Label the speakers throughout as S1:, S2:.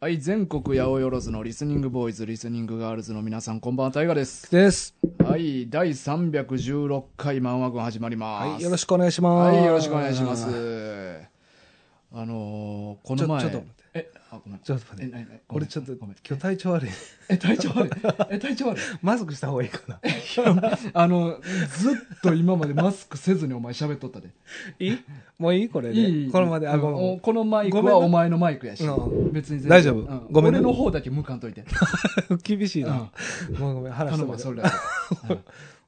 S1: はい、全国八百万のリスニングボーイズ、リスニングガールズの皆さん、こんばんは、大河です。
S2: です。
S1: はい、第316回漫画軍始まります。
S2: はい、よろしくお願いします。
S1: はいよろしくお願いします。あのーこの前。
S2: ちょちょっと待って
S1: え、あ、ごめん。
S2: ちょっと待
S1: え
S2: っ
S1: なに
S2: て
S1: なに、ごめ
S2: 俺
S1: ん
S2: ちょっと
S1: ごめん
S2: 今日体 調悪い。
S1: え、体調悪い。え、体調悪い。
S2: マスクした方がいいかな。
S1: あの、ずっと今までマスクせずにお前喋っとったで。
S2: いい？もういいこれで。
S1: いい
S2: このまであ
S1: うん
S2: ごめ
S1: お
S2: ん。
S1: このマイク
S2: ごめん
S1: は
S2: な
S1: お前のマイクやし
S2: うん。
S1: 別に全然
S2: 大丈夫
S1: うん
S2: ごめんな
S1: 俺の方だけ無感といて。
S2: 厳しいな。ごめんごめん話
S1: 頼むわ、
S2: し
S1: そ
S2: て
S1: れだけ。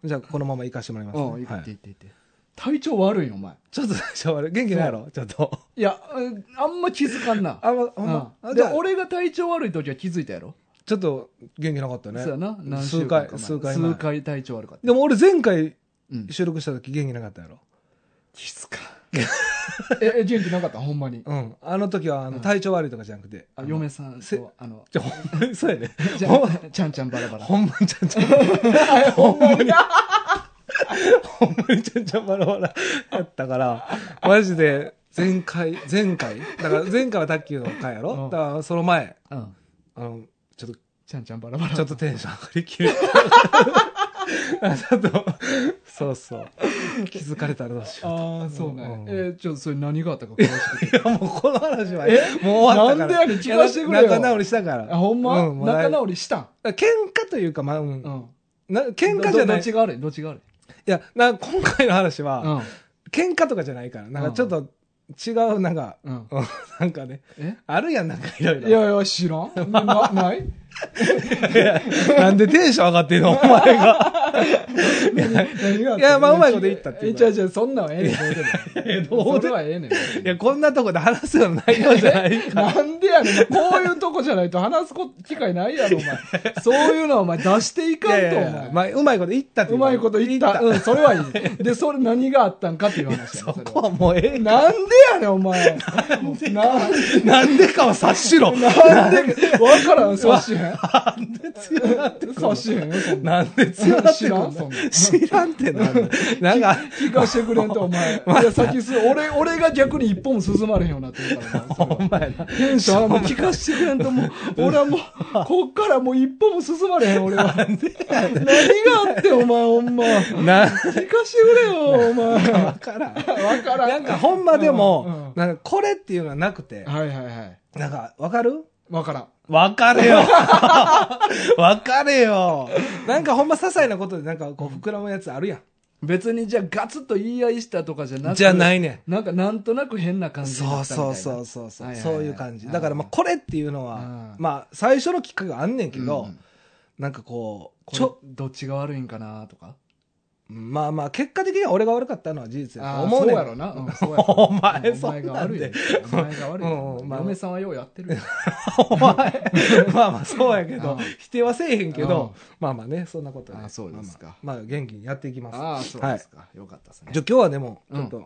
S2: じゃあこのまま行かしてもらいますね。
S1: うん、いい
S2: は
S1: っ
S2: い
S1: て言って言って。体調悪いんお前。
S2: ちょっと 体調悪い。元気ないやろ。ちょっと。
S1: いや、うんあんま気づかんな。
S2: あまほんま
S1: うん
S2: あ
S1: で
S2: じゃあ
S1: 俺が体調悪い時は気づいたやろ
S2: ちょっと元気なかったね。
S1: そうやな。何週
S2: 数
S1: 間
S2: 回
S1: か前
S2: 数回前
S1: 数回体調悪かった。
S2: でも俺前回
S1: うん
S2: 収録した時元気なかったやろ。
S1: 気づかん え、え元気なかったほんまに。
S2: うん。あの時はあの体調悪いとかじゃなくて。
S1: あ、嫁さん
S2: せ
S1: と、あの、
S2: じゃほんまにそうやね。
S1: じゃあ、ちゃんちゃんバラバラ。
S2: ほんま にちゃんちゃん。ほんまに。ほんまにちゃんちゃんバラバラやったから、マジで、前回、前回だから前回は卓球の回や
S1: う
S2: ろ
S1: ん
S2: だからその前、
S1: うん。
S2: あの、ちょっと、
S1: ちゃんちゃんバラバラ。
S2: ちょっとテンション上がりきれた。 あちょっと、そうそう。気づかれたらどうしよ
S1: ああ、そう
S2: うん
S1: ね。
S2: うん
S1: えー、ちょっとそれ何があったか詳しく。
S2: う。いや、もうこの話は、
S1: え
S2: もう終わっ
S1: な
S2: たから。
S1: んでやねん聞かせてくれよ
S2: いや仲直りしたから。
S1: あ、ほんま
S2: うんもうだい
S1: 仲直りしたん
S2: 喧嘩というか、まあ、うん
S1: うん。
S2: な喧嘩じ
S1: ど
S2: ゃな
S1: ど
S2: い。
S1: っ
S2: い
S1: ちが悪いどっちが悪い
S2: や、な今回の話は、
S1: うん。
S2: 喧嘩とかじゃないから、なんかちょっと違う、なんか、
S1: うん。
S2: うんなんかね、
S1: え
S2: あるやん、なんかいろい
S1: い
S2: ろ。
S1: やいや、知らん。な、ない
S2: なんでテンション上がってるの、お 前が。
S1: 何があった
S2: いやまあうまいこと言ったっていう
S1: え、
S2: か
S1: じゃあじゃあそんなんはええねんどうでも。
S2: いやどうでも
S1: それはええねん。
S2: いや、こんなとこで話すような内容じゃないから。
S1: なんでやねん。こういうとこじゃないと話すこと機会ないやろ、お前。そういうのはお前出してい
S2: い
S1: かん
S2: やい
S1: と、お
S2: やいや
S1: 前。
S2: まあ、うまいこと言ったって
S1: うまいこと言った。うん、それはいい。で、それ何があったんかっていう話や
S2: そ
S1: ねそれ
S2: こ
S1: は
S2: はもうええな。
S1: なんでやねん、お前。なんで
S2: なんでかは察しろ。
S1: なんで、わからん、そうしへん。
S2: なんで強なってく
S1: そ
S2: の
S1: うしへんよ、そんな。
S2: なんで強なってくの
S1: 知らんそんなん
S2: 知らんってなんだなんか、
S1: 聞かしてくれんと、お 前。いや、先す、俺、俺が逆に一歩も進まれへんようになってる からなそれは
S2: お。前な。
S1: テンションもう聞かしてくれんともう、俺は もう、こっからもう一歩も進まれへん、俺は。何があってん、お前、ほんま。聞
S2: なん
S1: かしてくれよ、お前。
S2: か
S1: わ
S2: わからん。
S1: からん。
S2: なんかほんまで
S1: うんうん
S2: も、なんかこれっていうのはなくて、
S1: はいはいはい。
S2: なんかわかる
S1: わからん。
S2: わかれ よわかれよなんかほんま些細なことでなんかこう膨らむやつあるやん。
S1: 別にじゃあガツッと言い合いしたとかじゃなく。
S2: じゃないいね
S1: なんかなんとなく変な感
S2: ん。
S1: じ。
S2: そうそうそううそうそ
S1: は
S2: う。
S1: いはいはい
S2: そういう感じ。だからまあ
S1: うん
S2: これっていうの
S1: うん
S2: は、まあ最初のきっかけはあんねんけ
S1: う
S2: ど
S1: ん、
S2: なんかこう、
S1: ち
S2: ちょ、
S1: どっちが悪いんかなとか。
S2: まあまあ結果的には俺が悪かったのは事実や
S1: あ
S2: と
S1: あ
S2: 思う
S1: そう
S2: ね
S1: や
S2: ん。
S1: ろな。うんそうやろ
S2: お前
S1: お前が悪いよ。お前が悪いよ。
S2: うんうんまあ
S1: 嫁さんはようやって るよ。
S2: お前、まあまあそうやけ
S1: う
S2: ど
S1: ん、
S2: 否定はせえへんけ
S1: うん
S2: ど、まあまあね、そんなことね
S1: あそうですか
S2: まあまあまあ元気にやっていきます。
S1: ああ、そうですか。よかったですね。
S2: じゃあ今日はでも、ちょっと、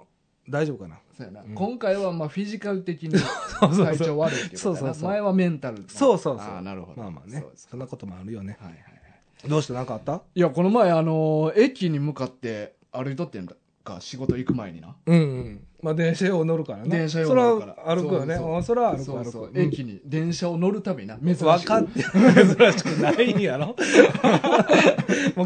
S2: 大丈夫かな。
S1: そうやな今回はまあフィジカル 的に
S2: うそうそう
S1: 体調悪いっていうことや
S2: そうそ
S1: な
S2: うそう
S1: 前はメンタルの
S2: そうそうそう。
S1: ああなるほど
S2: まあまあね
S1: そう。です
S2: そんなこともあるよね。
S1: はいはいはい
S2: どうしてなんかあった
S1: いやこの前あのー駅に向かって歩いとってんか仕事行く前にな
S2: うんうん。まあ電車用乗るからね。
S1: 電車用
S2: それ
S1: 乗るから
S2: は歩くよね。
S1: そうそう
S2: うんそれは歩く
S1: そう
S2: 歩
S1: そう
S2: く。うん
S1: 駅に電車を乗るたびな珍し
S2: わ
S1: く
S2: かって、珍しくないんやろ もう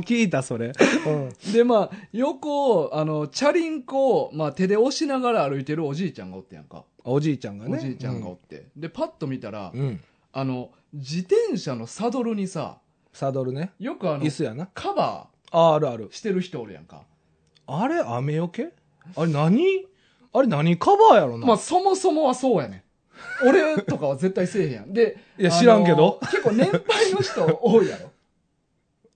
S2: 聞いた、それ。うん。
S1: でまあ横をあのチャリンコをまあ手で押しながら歩いてるおじいちゃんがおってやんか
S2: おじいちゃんがね。
S1: おじいちゃんがおってでパッと見たら
S2: うん。うん。
S1: あの自転車のサドルにさ
S2: サドルね。
S1: よくあの
S2: 椅子やな。
S1: カバ
S2: あ、あるある
S1: ー。してる人おるやんか
S2: あれ、雨よけあれ何あれ何カバーやろな。
S1: まあ、そもそもはそうやねん。俺とかは絶対せえへんやん。で、
S2: いや
S1: あの
S2: 知らんけど
S1: 結構年配の人多いやろ。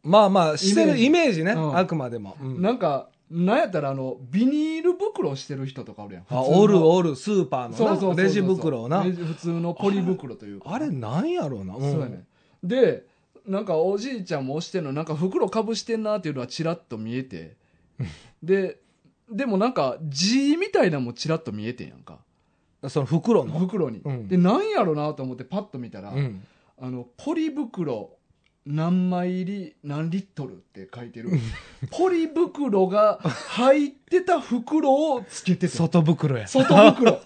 S2: まあまあ、してる
S1: イ
S2: イメージね。
S1: うん
S2: あくまでも。うん
S1: なんか、なんやったらあの、ビニール袋してる人とかおるやん。
S2: あ、
S1: 普通の
S2: おるおる、スーパーのな。
S1: そうそうそうそう
S2: レジ袋をな
S1: レ。ジ普通のポリ袋というか。
S2: あれなんやろうな。ん
S1: そうやねん。で、なんかおじいちゃんも押してんの、なんか袋かぶしてんなっていうのはチラッと見え て。で、でもなんか字みたいなのもチラッと見えてんやんか。
S2: その袋の。
S1: 袋に。
S2: うん
S1: で、なんやろなと思ってパッと見たら、
S2: うん。
S1: あのポリ袋何枚入り何リットルって書い てるポリ袋が入ってた袋をつけてて
S2: 外袋や。
S1: 外袋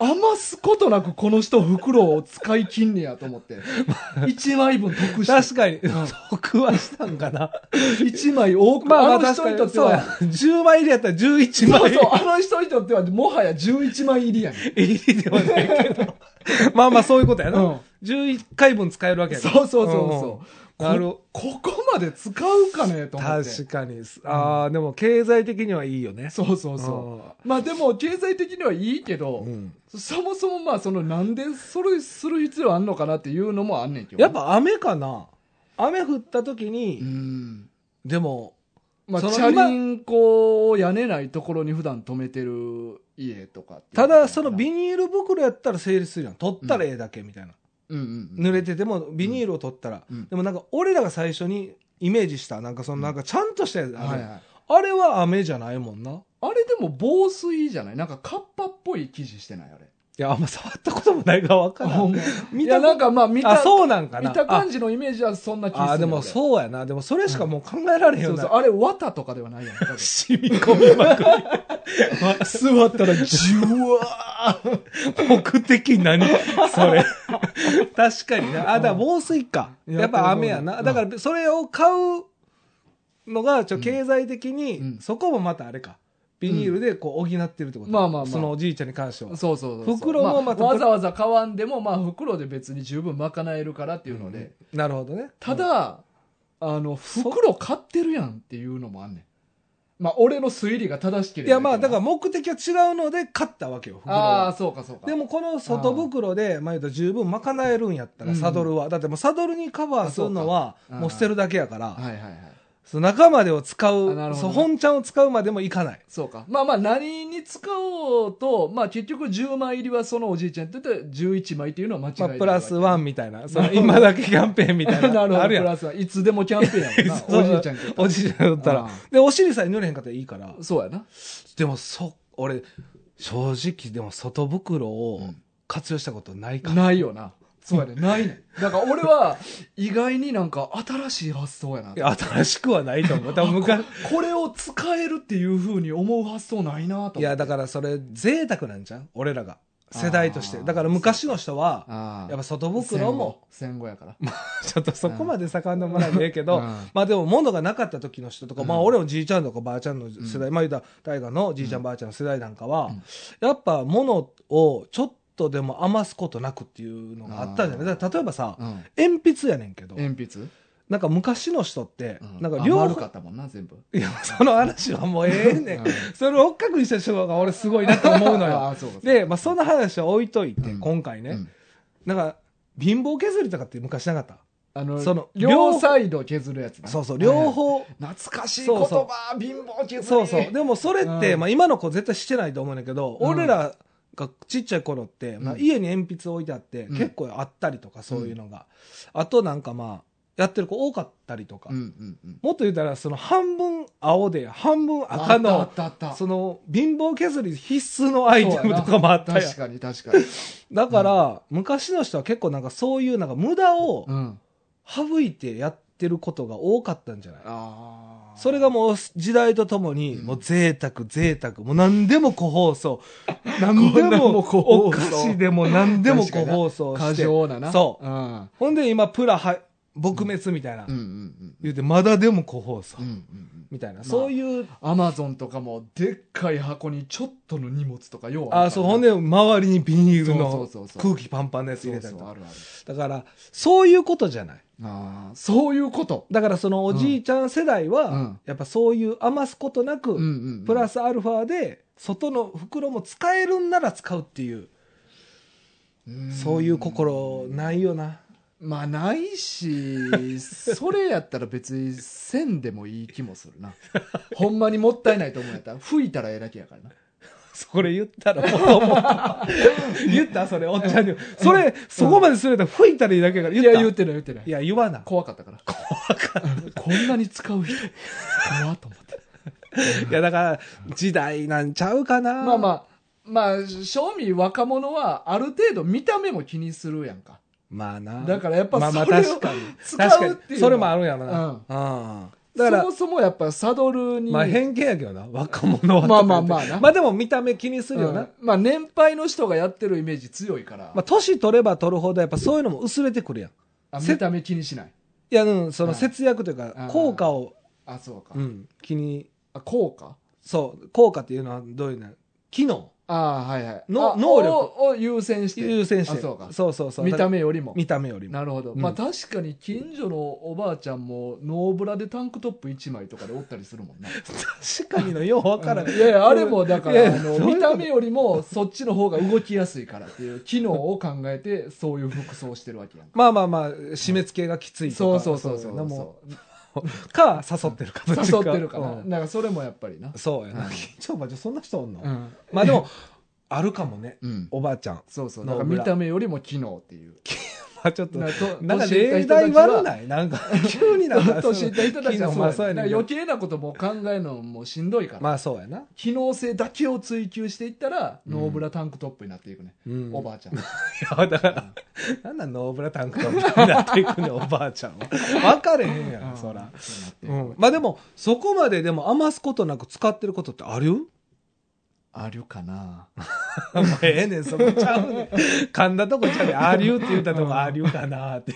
S1: 余すことなくこの人袋を使い切んねやと思って。1枚分得して。
S2: 確かに、得はしたんかな。
S1: 1枚多く、
S2: まあまあ
S1: あの
S2: 確
S1: 人
S2: か
S1: にと
S2: に、
S1: って
S2: そうや
S1: は、。
S2: 10枚入りやったら11
S1: そ
S2: 枚
S1: うそう、あの人にとってはもはや11枚入りやねん。
S2: 入りではないけど。 まあまあそういうことやな。
S1: うん
S2: 11回分使えるわけやから。
S1: そうそうそうそう。
S2: うんなる
S1: こここまで使うかねと思って。
S2: 確かに。ああ、でも経済的にはいいよね。
S1: そうそうそう。まあでも、経済的にはいいけど、
S2: うん
S1: そもそもまあ、その、なんでそれする必要あんのかなっていうのもあんねんけど。
S2: やっ、ぱ雨かな雨降った時に、
S1: うん。
S2: でも、
S1: まあ、
S2: その
S1: チャリンコを屋根ないところに普段止めてる家とかっていう
S2: ただそのビ
S1: ン、
S2: ニール袋やったら成立するやん。取ったらええだけみたいな。
S1: うんうんうん、
S2: 濡れててもビニールを取ったら。
S1: うん
S2: でもなんか俺らが最初にイメージした、なんかそのなんかちゃんとしたやつ、
S1: はいはい。
S2: あれは雨じゃないもんな。
S1: あれでも防水じゃないなんかカッパっぽい生地してないあれ。
S2: いや、あんま触ったこともないから分からん。見
S1: 見た
S2: た
S1: なんかまあ見
S2: あ、
S1: た、
S2: そうなんかな。
S1: 見た感じのイメージはそんな気する
S2: ああ、でも
S1: う。
S2: そうやな。でもそれしかもう考えられへんよ
S1: そう
S2: な。
S1: そう。あれ綿とかではないやん。多分
S2: 染み込み まく
S1: 座ったらジュワー
S2: り。目的何そ れ。確かにな。あ、だから防水か。
S1: うん
S2: やっぱ雨や
S1: やっ
S2: な。
S1: ぱ
S2: だからそれを買うのが、ちょ、経済的に、
S1: うん
S2: そこもまたあれか。ビニールでこう補ってるってこ
S1: う
S2: と、
S1: んまあまあまあ
S2: そのおじいちゃんに関して は。
S1: そうそうそうそう。
S2: 袋もまた
S1: あわざわざ買わんでも、まあ袋で別に十分賄えるからっていうので。
S2: なるほどね。
S1: ただ、あの、袋買ってるやんっていうのもあんねん。まあ俺の推理が正しけ
S2: うん、
S1: れ
S2: い
S1: ば。
S2: や、まあ、だから目的は違うので買ったわけよ、袋は
S1: ああ、そうかそうか。
S2: でもこの外袋で、まあ言うと十分賄えるんやったら、
S1: うん
S2: サドルは。だってもうサドルにカバーするのは
S1: あそう、か
S2: もう捨てるだけやから、
S1: はいはいはい。
S2: その中までを使
S1: あな
S2: う、
S1: るほ
S2: そ
S1: ど
S2: う
S1: ね
S2: 本ちゃんを使うまでもいかない。
S1: そうか。まあまあ、何に使おうと、まあ結局10枚入りはそのおじいちゃんにとっては11枚っていうのは間違い
S2: ま
S1: な
S2: あ
S1: い。
S2: プラスワンみたいな。そ
S1: な
S2: の
S1: るほど
S2: 今だけキャンペーンみたいな。
S1: なるほ
S2: あ
S1: ど、
S2: る
S1: プ
S2: やん。
S1: ラスはいつでもキャンペーン やもんな。おじいちゃんって言った
S2: おじいちゃんだった
S1: あ
S2: ら
S1: あ。
S2: で、お尻さえ濡れへんかったらいいから
S1: ら。そうやな。
S2: でも、そ、俺、正直でも外袋
S1: う
S2: を
S1: ん
S2: 活用したことないか。
S1: ないよな。そうやね。ないね。だから俺は、意外になんか新しい発想やな。
S2: い や新しくはないと思う。多分昔、
S1: これを使えるっていうふうに思う発想ないなと思って。
S2: いや、だからそれ贅沢なんじゃん俺らが。世代として。
S1: あー
S2: だから昔の人は、
S1: ああ
S2: やっぱ外袋も、
S1: 戦後戦後やから。
S2: ちょっとそこまで盛んでもらえばええけど、
S1: うん
S2: まあでも物がなかった時の人とか、まあ
S1: うん
S2: 俺のじいちゃんとかばあちゃんの世代、まあ言うたら大河のじいちゃんばあちゃんの世代なんかは、やっぱ物をちょっとでも余すことなくっていうのがあったんじゃないだから例えばさ、
S1: うん
S2: 鉛筆やねんけど、
S1: 鉛筆
S2: なんか昔の人って、
S1: う
S2: なんか両
S1: 余るか
S2: 方、
S1: ったもんな、全部。
S2: いや、その話はもうええねん
S1: うん。
S2: それを追っかくにした人が俺すごいなと思うのよ
S1: あ。あ、そうか。そうか
S2: で、まあ、その話は置いといて、
S1: うん
S2: 今回ね、
S1: うん
S2: なんか、貧乏削りとかって昔なかった、
S1: あの、
S2: その
S1: 両サイド削るやつな
S2: そうそう、両。
S1: はい
S2: 方。
S1: はい懐かしい言
S2: そ
S1: 葉
S2: うそう
S1: 貧乏削り
S2: そうそう。でもそれって、
S1: うん
S2: まあ、今の子絶対してないと思うんだけど、
S1: うん
S2: 俺らがちっちゃい頃って、まあ、
S1: うん
S2: 家に鉛筆置いてあって、
S1: うん
S2: 結構あったりとか、そういうのが。あとなんかまあ、やってる子多かったりとか。
S1: うんうんうん。
S2: もっと言うたら、その半分青で、半分赤
S1: あっ
S2: の、
S1: たあったあった。
S2: その貧乏削り必須のアイテムとかもあったやん
S1: 確かに確かに。
S2: だから、昔の人は結構なんかそういうなんか無駄を、
S1: うん。
S2: 省いてやってることが多かったんじゃない
S1: ああ。
S2: それがもう時代とともに、
S1: うん
S2: もう贅沢贅沢、もう何でも個 包装。何
S1: ん
S2: で
S1: なん
S2: も
S1: も個
S2: お
S1: 包装
S2: 菓子でも何でも個
S1: 確かにな
S2: 包装
S1: 過
S2: して。
S1: 剰だな。
S2: そう
S1: う。うん。
S2: ほんで今プラは撲滅みたいな、
S1: うんうん
S2: 言うてまだでも個包装
S1: うん。うんうんうん。
S2: みたい
S1: ま
S2: な、
S1: あ
S2: そういう、
S1: アマゾンとかも、でっかい箱にちょっとの荷物とか、要は
S2: あそう、ほんで周りにビニール
S1: そ
S2: の
S1: うそうそうそう
S2: 空気パンパンのやつ入れたり
S1: そう
S2: と
S1: そうあ
S2: か。
S1: るある。
S2: だから、そういうことじゃない。
S1: ああ、そういうこと。
S2: だからそのおじいちゃん世代
S1: う
S2: は
S1: ん、
S2: やっぱそういう余すことなく、
S1: うんうんうん。
S2: プラ
S1: ス。
S2: スアルファで、外の袋も使えるんなら使うっていう、そういう心ないよな。
S1: まあない し、それやったら別にせんでもいい気もするな。 ほんまにもったいないと思うんやったら、吹いたらええだけやからな。
S2: それ言ったらもう思った。 言ったそれ、おっちゃんに。それ、そこまでするやったら吹いたらいいだけやから、言
S1: い
S2: った
S1: や、言ってない言ってない
S2: い。や、言わな。
S1: 怖かったから。怖かった。こんなに使う人、怖っと思 って。
S2: いや、だから、時代なんちゃうかな。
S1: まあまあ、まあ、正味若者はある程度見た目も気にするやんか。
S2: まあな。
S1: だからやっぱ
S2: まあまあ
S1: それを
S2: 確かに。
S1: 使うっ
S2: 確か
S1: ていうの
S2: に。
S1: は
S2: それもあるんやろな。うん。だから
S1: そもそもやっぱサドルに。
S2: まあ偏見やけどな、若者は。
S1: まあまあまあな
S2: まあでも見た目気にするよな。
S1: うんまあ年配の人がやってるイメージ強いから、
S2: まあ年取れば取るほどやっぱそういうのも薄れてくるやん。
S1: あ見た目気にしない。
S2: いや、うん、その
S1: はい
S2: 節約というか
S1: あ、ー
S2: 効果を、
S1: あ、そうか。
S2: うん、気に、
S1: あ、効果
S2: そう、効果っていうのはどういうの機能
S1: ああ、はいはい。
S2: の
S1: あ
S2: 能力
S1: をを優先して。
S2: 優先して。
S1: あそうか
S2: そうそうそう
S1: 見た目よりも。
S2: 見た目よりも。
S1: なるほど、
S2: うん
S1: まあ確かに近所のおばあちゃんもノーブラでタンクトップ1枚とかでおったりするもんな
S2: 確かにの、ようわからん。
S1: いやいやあれもだか
S2: いや
S1: らあ
S2: いやそういう
S1: の
S2: こと
S1: 見た目よりもそっちの方が動きやすいからっていう機能を考え てそういう服装してるわけやんか
S2: まあまあまあ、締め付けがきつい
S1: そ
S2: と
S1: う
S2: か。
S1: そうそうそう
S2: いのも
S1: そ
S2: か、誘ってるか。どっち
S1: う誘ってるから、
S2: うん
S1: なんかそれもやっぱりな
S2: そうや
S1: うん
S2: な。緊張ばじゃそんな人おんの
S1: うん、
S2: まあでも、あるかもね。
S1: うん、
S2: おばあちゃん。
S1: そうそう
S2: ノ
S1: だ
S2: ー
S1: か
S2: ブ
S1: ら
S2: ラ
S1: 見た目よりも機能っていう
S2: まあちょっ と、
S1: なんかと
S2: なんか
S1: 年いった
S2: 例
S1: 人たちは
S2: 題悪ないな んか、急になんか、
S1: 年いった人たちはそ
S2: 昨日
S1: う
S2: ま
S1: や
S2: あそうや
S1: ねだか
S2: ねんけど
S1: ら余計なことも考えるのもしんどいから、
S2: まあそうやな。
S1: 機能性だけを追求していったら、
S2: うん
S1: ノーブラタンクトップになっていくね、
S2: うん
S1: おばあちゃんは
S2: いやだから、なんなんノーブラタンクトップになっていくねん、おばあちゃんは。分かれへんやん、
S1: そ
S2: そら。
S1: うなって
S2: う
S1: る
S2: ん。まあでも、そこまででも余すことなく使ってることってあ る
S1: あるかな
S2: お前ええねん、そこちゃうねん。噛んだとこちゃうねん。ありゅうって言ったとこありゅうかなって。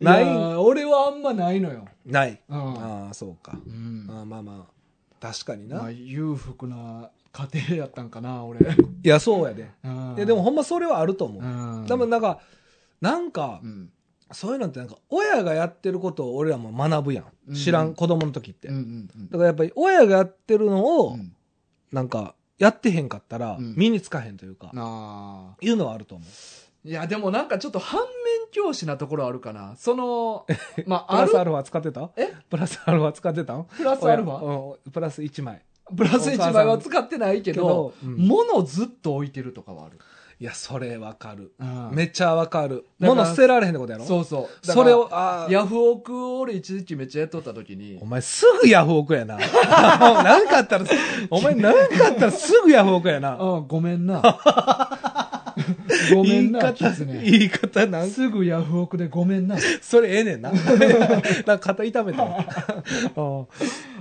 S2: ないい
S1: やー俺はあんまないのよ、
S2: ない。
S1: うん
S2: ああ、そうか。
S1: うん
S2: ああまあまあ、確かにな。
S1: まあ、
S2: い
S1: 裕福な家庭やったんかな俺、
S2: や、そうやで。
S1: うん
S2: いや、でも、ほんまそれはあると思
S1: う
S2: う。
S1: ん、
S2: 多分なんか、なんか
S1: う、ん
S2: そういうのってなんか、親がやってることを俺らも学ぶや。
S1: うんん
S2: 知らん、子供の時って
S1: うんう。んうん
S2: だからやっぱり親がやってるの
S1: う
S2: を、
S1: ん
S2: なんか、やってへんかったら
S1: う、ん
S2: 身につかへんというか、
S1: あー
S2: いうのはあると思う。
S1: いやでもなんかちょっと反面教師なところあるかなそ のま
S2: プ
S1: ああ
S2: ラ
S1: る
S2: スアルファ使ってた
S1: え
S2: プラスアルファ使ってたん
S1: プラスアルファ
S2: ァプラス1枚。
S1: プラス1枚は使ってないけど
S2: うん
S1: 物ずっと置いてるとかはある、
S2: いや、それわかる。
S1: うん
S2: めっちゃわかる。
S1: だから
S2: 物捨てられへんってことやろ
S1: そうそう。
S2: それを、あ
S1: だから。
S2: ー
S1: ヤフオク俺一時期めっちゃやっとった時に
S2: お、前すぐヤフオクやな。 なんかあ ったら、お前なんかあったらすぐヤフオクやな。
S1: あごめん な。ごめんな、
S2: 言い方、
S1: キツネ。
S2: 言い方なん
S1: すぐヤフオクでごめんな。
S2: それええねんな。 なんか肩痛めた わ。うん